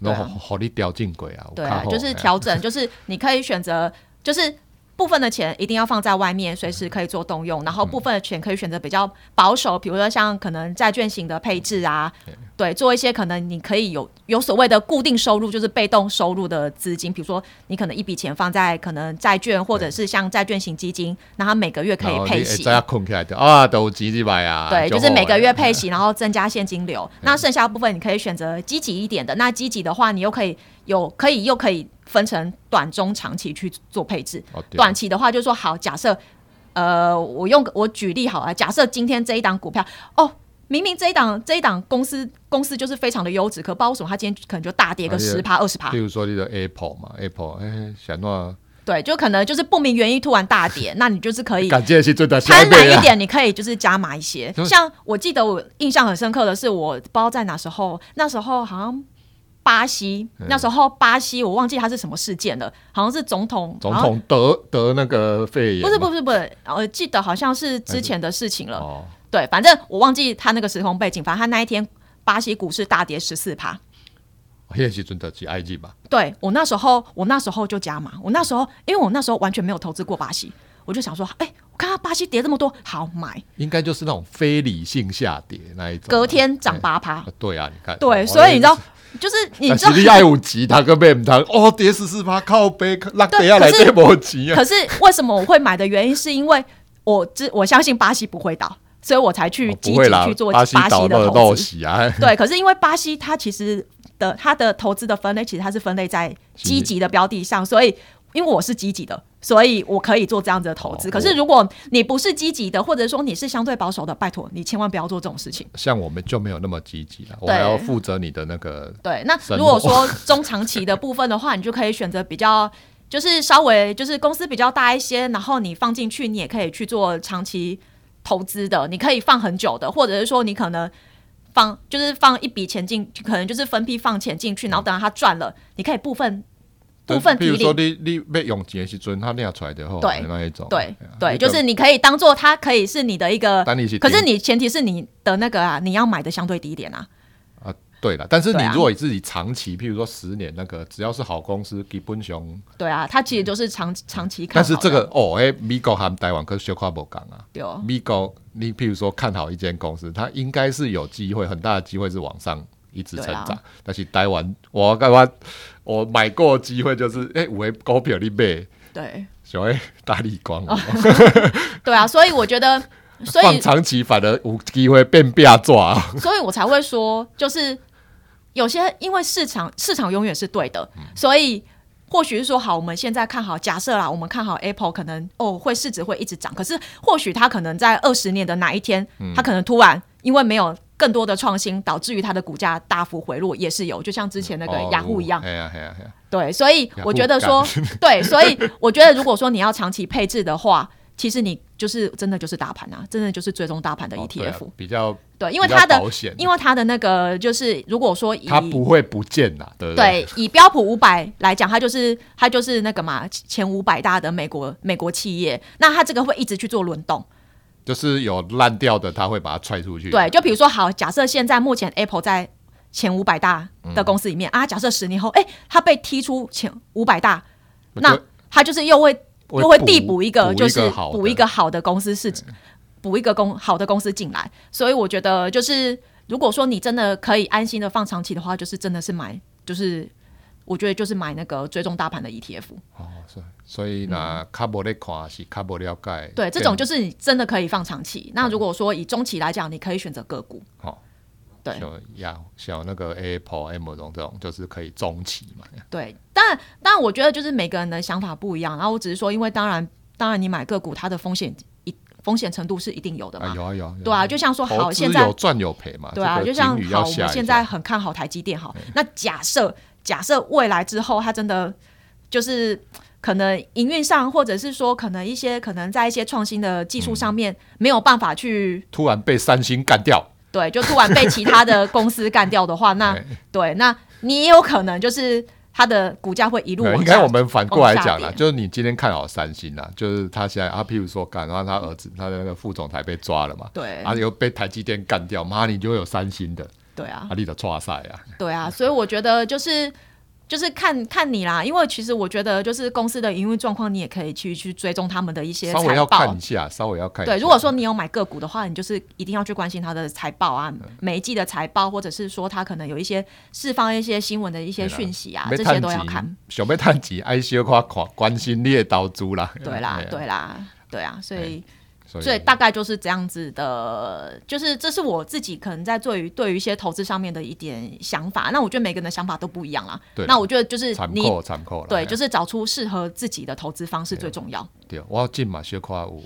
Speaker 2: 然后
Speaker 3: 对
Speaker 2: 互你调进轨啊，有
Speaker 3: 对
Speaker 2: 较
Speaker 3: 啊，
Speaker 2: 好
Speaker 3: 就是
Speaker 2: 哎呀
Speaker 3: 调整，就是你可以选择，就是部分的钱一定要放在外面，随
Speaker 2: 嗯
Speaker 3: 时可以做动用，然后部分的钱可以选择比较保守，比如说像可能债券型的配置啊，
Speaker 2: 嗯
Speaker 3: 对，做一些可能你可以有有所谓的固定收入，就是被动收入的资金，比如说你可能一笔钱放在可能债券或者是像债券型基金，那它每个月可
Speaker 2: 然后
Speaker 3: 以
Speaker 2: 你哎
Speaker 3: 配
Speaker 2: 会
Speaker 3: 息。
Speaker 2: 知影困起来就啊，都有钱入来啊。
Speaker 3: 对，就
Speaker 2: 好
Speaker 3: 是
Speaker 2: 的
Speaker 3: 每个月配息，然后嗯增加现金流。那剩下部分你可以选择积极一点的。那积极的话，你又可以有可以又可以分成短、中、长期去做配置。
Speaker 2: 哦对
Speaker 3: 短期的话，就说好，假设呃，我用我举例好了，假设今天这一档股票哦。明明这一档这一档公司公司就是非常的优质，可不知道为什么它今天可能就大跌个
Speaker 2: 而且
Speaker 3: 十趴二十趴
Speaker 2: 譬，如说你的 Apple 嘛，Apple 哎，想到
Speaker 3: 对，就可能就是不明原因突然大跌，那你就是可以
Speaker 2: 感谢是最大消
Speaker 3: 贪
Speaker 2: 费
Speaker 3: 婪一
Speaker 2: 啊。
Speaker 3: 点，你可以就是加码一些
Speaker 2: 就。是
Speaker 3: 像我记得我印象很深刻的是，我不知道在哪时候，那时候好像巴西，
Speaker 2: 嗯
Speaker 3: 那时候巴西我忘记它是什么事件了，好像是总统，
Speaker 2: 总
Speaker 3: 好像
Speaker 2: 统得得那个肺炎嘛，
Speaker 3: 不是不是不是，我记得好像是之前的事情了。
Speaker 2: 哦，
Speaker 3: 对，反正我忘记他那个时空背景，反正他那一天巴西股市大跌十四趴。
Speaker 2: 迄时阵就是爱入嘛，
Speaker 3: 对我那时候，我那时候就加码。我那时候，因为我那时候完全没有投资过巴西，我就想说，哎、我看到巴西跌这么多，好买。
Speaker 2: 应该就是那种非理性下跌那一种啊。
Speaker 3: 隔天涨八趴，
Speaker 2: 啊，对啊，你看，
Speaker 3: 对，
Speaker 2: 哦
Speaker 3: 所以你知道，，就是你
Speaker 2: 但
Speaker 3: 知
Speaker 2: 是
Speaker 3: 道，
Speaker 2: 你爱有钱，他跟被唔谈，哦，跌十四趴，靠背，那等下来
Speaker 3: 可是
Speaker 2: 这无钱啊
Speaker 3: 可，是为什么我会买的原因，是因为我知我相信巴西不会倒，所以我才去
Speaker 2: 哦
Speaker 3: 积
Speaker 2: 不会
Speaker 3: 极
Speaker 2: 啦
Speaker 3: 去，做
Speaker 2: 巴
Speaker 3: 巴
Speaker 2: 西倒
Speaker 3: 的
Speaker 2: 到
Speaker 3: 投
Speaker 2: 到
Speaker 3: 资。
Speaker 2: 洗啊，
Speaker 3: 对，可是因为巴西它其实的它的投资的分类，其实它是分类在积极的标的上，所以。因为我是积极的，所以我可以做这样子的投资。
Speaker 2: 哦
Speaker 3: 可是如果你不是积极的，或者说你是相对保守的，拜托你千万不要做这种事情。
Speaker 2: 像我们就没有那么积极了，我
Speaker 3: 对
Speaker 2: 还要负责你的那个
Speaker 3: 对，那
Speaker 2: 神
Speaker 3: 如果
Speaker 2: 魔
Speaker 3: 说中长期的部分的话，你就可以选择比较，就是稍微就是公司比较大一些，然后你放进去，你也可以去做长期投资的，你可以放很久的，或者是说你可能放就是放一笔钱进，可能就是分批放钱进去，然后等到它赚了，你可以部分部分
Speaker 2: 比
Speaker 3: 提
Speaker 2: 如说
Speaker 3: 领。
Speaker 2: 你你被用钱的时阵，他领出来的后，
Speaker 3: 对
Speaker 2: 那一种，
Speaker 3: 对
Speaker 2: 啊
Speaker 3: 对，
Speaker 2: 你
Speaker 3: 就是你可以当做它可以是你的一个
Speaker 2: 单利息，
Speaker 3: 可是
Speaker 2: 低
Speaker 3: 你前提是你的那个啊，你要买的相对低一点啊。
Speaker 2: 啊，对了，但是
Speaker 3: 对
Speaker 2: 你
Speaker 3: 啊
Speaker 2: 如果你自己长期，譬如说十年那个，只要是好公司，基本上，
Speaker 3: 对啊，它其实就是长长期
Speaker 2: 嗯
Speaker 3: 看
Speaker 2: 但
Speaker 3: 好的。
Speaker 2: 是这个哦，哎，美国和台湾可小可不讲啊。
Speaker 3: 对哦
Speaker 2: 美国，你譬如说看好一间公司，它应该是有机会，很大的机会是往上一直成长。
Speaker 3: 对啊
Speaker 2: 但是台湾，我干嘛？我买过的机会就是，哎、有的股票你买，
Speaker 3: 对
Speaker 2: 小哎大力光，哦
Speaker 3: 对啊，所以我觉得，哦所
Speaker 2: 嗯
Speaker 3: 以
Speaker 2: 放长期反而有机会变变抓。
Speaker 3: 所以我才会
Speaker 2: 嗯
Speaker 3: 说，就是有些因为市场市场永远是对的，所以或许是说好，我们现在看好，假设啦，我们看好 Apple 可能哦会市值会一直涨，可是或许它可能在二十年的哪一天，
Speaker 2: 嗯
Speaker 3: 它可能突然因为没有更多的创新，导致于它的股价大幅回落也是有，就像之前那个雅虎一样。
Speaker 2: 哎呀哎呀哎呀，
Speaker 3: 对，所以
Speaker 2: 雅虎
Speaker 3: 我觉得说， 对，所以我觉得如果说你要长期配置的话，其实你就是真的就是大盘啊，真的就是追踪大盘的 E
Speaker 2: 哦对啊
Speaker 3: ETF、
Speaker 2: 比较，
Speaker 3: 对，因为
Speaker 2: 比较
Speaker 3: 它的
Speaker 2: 保险
Speaker 3: 因为它的那个就是如果说以
Speaker 2: 它不会不见呐，对不对？
Speaker 3: 对，以标普五百来讲，它就是它就是那个嘛，前五百大的美国美国企业，那它这个会一直去做轮动。
Speaker 2: 就是有烂掉的，它会把它踹出去。
Speaker 3: 对，就比如说好，假设现在目前 Apple 在前五百大
Speaker 2: 嗯
Speaker 3: 的公司里面、啊，假设十年后，哎、它被踢出前五百大，
Speaker 2: 我
Speaker 3: 那
Speaker 2: 就
Speaker 3: 它就是又会
Speaker 2: 会
Speaker 3: 又会
Speaker 2: 补
Speaker 3: 递补一
Speaker 2: 补
Speaker 3: 个，
Speaker 2: 一
Speaker 3: 就
Speaker 2: 个
Speaker 3: 是
Speaker 2: 好的嗯
Speaker 3: 补一个好的公司市值，补一个公好的公司进来。所以我觉得就是，如果说你真的可以安心的放长期的话，就是真的是买，就是我觉得就是买那个追踪大盘的 E ETF。
Speaker 2: 哦，所以所以呢，卡博咧看是卡博了解。
Speaker 3: 嗯对，这种就是你真的可以放长期。那如果说以中期来讲，你可以选择个股。
Speaker 2: 哦，
Speaker 3: 对
Speaker 2: 像亚像那个 Apple、Amazon 这种，就是可以中期嘛。
Speaker 3: 对，但但我觉得就是每个人的想法不一样。然后我只是说，因为当然当然你买个股，它的风险一风险程度是一定有的嘛。
Speaker 2: 啊，有啊有啊。有啊
Speaker 3: 对啊，就像说
Speaker 2: 投
Speaker 3: 好，
Speaker 2: 资
Speaker 3: 现在
Speaker 2: 有赚有赔嘛。
Speaker 3: 对啊，
Speaker 2: 这个
Speaker 3: 就像
Speaker 2: 警语
Speaker 3: 好，
Speaker 2: 要
Speaker 3: 我
Speaker 2: 下
Speaker 3: 们
Speaker 2: 一哎
Speaker 3: 现
Speaker 2: 下
Speaker 3: 在很看好台积电好。那假设假设未来之后，它真的就是可能营运上，或者是说可能一些可能在一些创新的技术上面、没有办法去
Speaker 2: 突然被三星干掉，
Speaker 3: 对，就突然被其他的公司干掉的话，那
Speaker 2: 哎
Speaker 3: 对，那你也有可能就是它的股价会一路
Speaker 2: 没有呃哎应
Speaker 3: 往
Speaker 2: 该
Speaker 3: 下
Speaker 2: 我们反过来讲
Speaker 3: 往下
Speaker 2: 啦，
Speaker 3: 跌
Speaker 2: 就是你今天看好三星啦，就是他现在啊，譬如说干，然后他儿子他的那个副总裁被抓了嘛，
Speaker 3: 对
Speaker 2: 啊又被台积电干掉，妈你就有三星的，
Speaker 3: 对啊
Speaker 2: 啊，你的抓赛啊，
Speaker 3: 对啊，所以我觉得就是就是看看你啦，因为其实我觉得就是公司的营运状况，你也可以去去追踪他们的一些
Speaker 2: 稍微
Speaker 3: 财
Speaker 2: 要
Speaker 3: 报啊
Speaker 2: 看一。下，稍微要看一下。
Speaker 3: 对，如果说你有买个股的话，你就是一定要去关心它的财报
Speaker 2: 嗯
Speaker 3: 啊，每一季的财报，或者是说它可能有一些释放一些新闻的一些讯息啊，
Speaker 2: 没
Speaker 3: 这
Speaker 2: 趁
Speaker 3: 些都要
Speaker 2: 钱
Speaker 3: 看。，
Speaker 2: 想要探及爱小夸夸关心列刀猪啦，
Speaker 3: 对啦
Speaker 2: 哎，呀，
Speaker 3: 对啦，对啊，所以
Speaker 2: 所
Speaker 3: 所以
Speaker 2: 以
Speaker 3: 大概就是这样子的，就是这是我自己可能在对于对于一些投资上面的一点想法。那我觉得每个人的想法都不一样啦。
Speaker 2: 对啦
Speaker 3: 那我觉得就是
Speaker 2: 残
Speaker 3: 你
Speaker 2: 酷哎残酷了，
Speaker 3: 对，就是是找出适合自己的投资方
Speaker 2: 哎
Speaker 3: 式最重要。
Speaker 2: 对，我要进嘛小夸有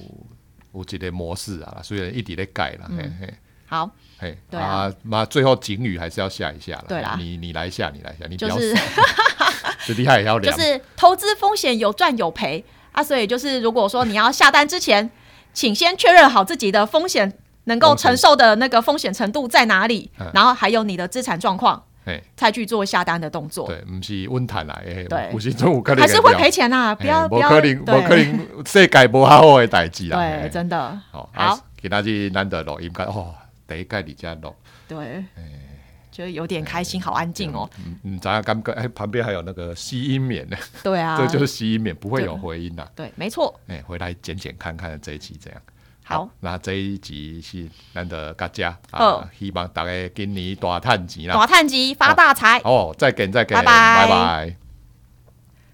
Speaker 2: 有一个模式啊，虽然一直在改啦，嘿嘿。
Speaker 3: 好，
Speaker 2: 嘿，
Speaker 3: 嗯对啊，
Speaker 2: 妈，最后警语还是要下一下啦。
Speaker 3: 对啦
Speaker 2: 你你来一下，你来一下，你比
Speaker 3: 就
Speaker 2: 较
Speaker 3: 是
Speaker 2: 最厉害也要
Speaker 3: 就
Speaker 2: 量，
Speaker 3: 是投资风险有赚有赔啊，所以就是如果说你要下单之 前，请先确认好自己的风险能够
Speaker 2: 风险
Speaker 3: 承受的那个风险程度在哪里
Speaker 2: 嗯，
Speaker 3: 然后还有你的资产状况，
Speaker 2: 嘿，
Speaker 3: 再去做下单的动作。
Speaker 2: 对，不是温谈啦，诶，
Speaker 3: 对
Speaker 2: 有时阵有可能
Speaker 3: 还是会赔钱呐、不要
Speaker 2: 嘿
Speaker 3: 不要，
Speaker 2: 无可能，无可
Speaker 3: 对
Speaker 2: 能，世界无较哎好的代志啦。嘿
Speaker 3: 对，真的
Speaker 2: 好，
Speaker 3: 好
Speaker 2: 啊，今仔日咱就录音间，哦，第一届你遮录，
Speaker 3: 对，
Speaker 2: 哎
Speaker 3: 就有点开心，好安静哦。
Speaker 2: 嗯，知影感觉，哎，旁边还有那个吸音棉呢，
Speaker 3: 对 啊，
Speaker 2: 这就是吸音棉，不会
Speaker 3: 对
Speaker 2: 有回音啦。
Speaker 3: 对，没错。
Speaker 2: 哎，回来剪剪看看这一期怎样。
Speaker 3: 好，
Speaker 2: 那这一集是咱的大家
Speaker 3: 好
Speaker 2: 啊，希望大家今年大赚钱啦
Speaker 3: 啊大。探机发大财。
Speaker 2: 哦，再见，再见，
Speaker 3: 拜拜
Speaker 2: 拜拜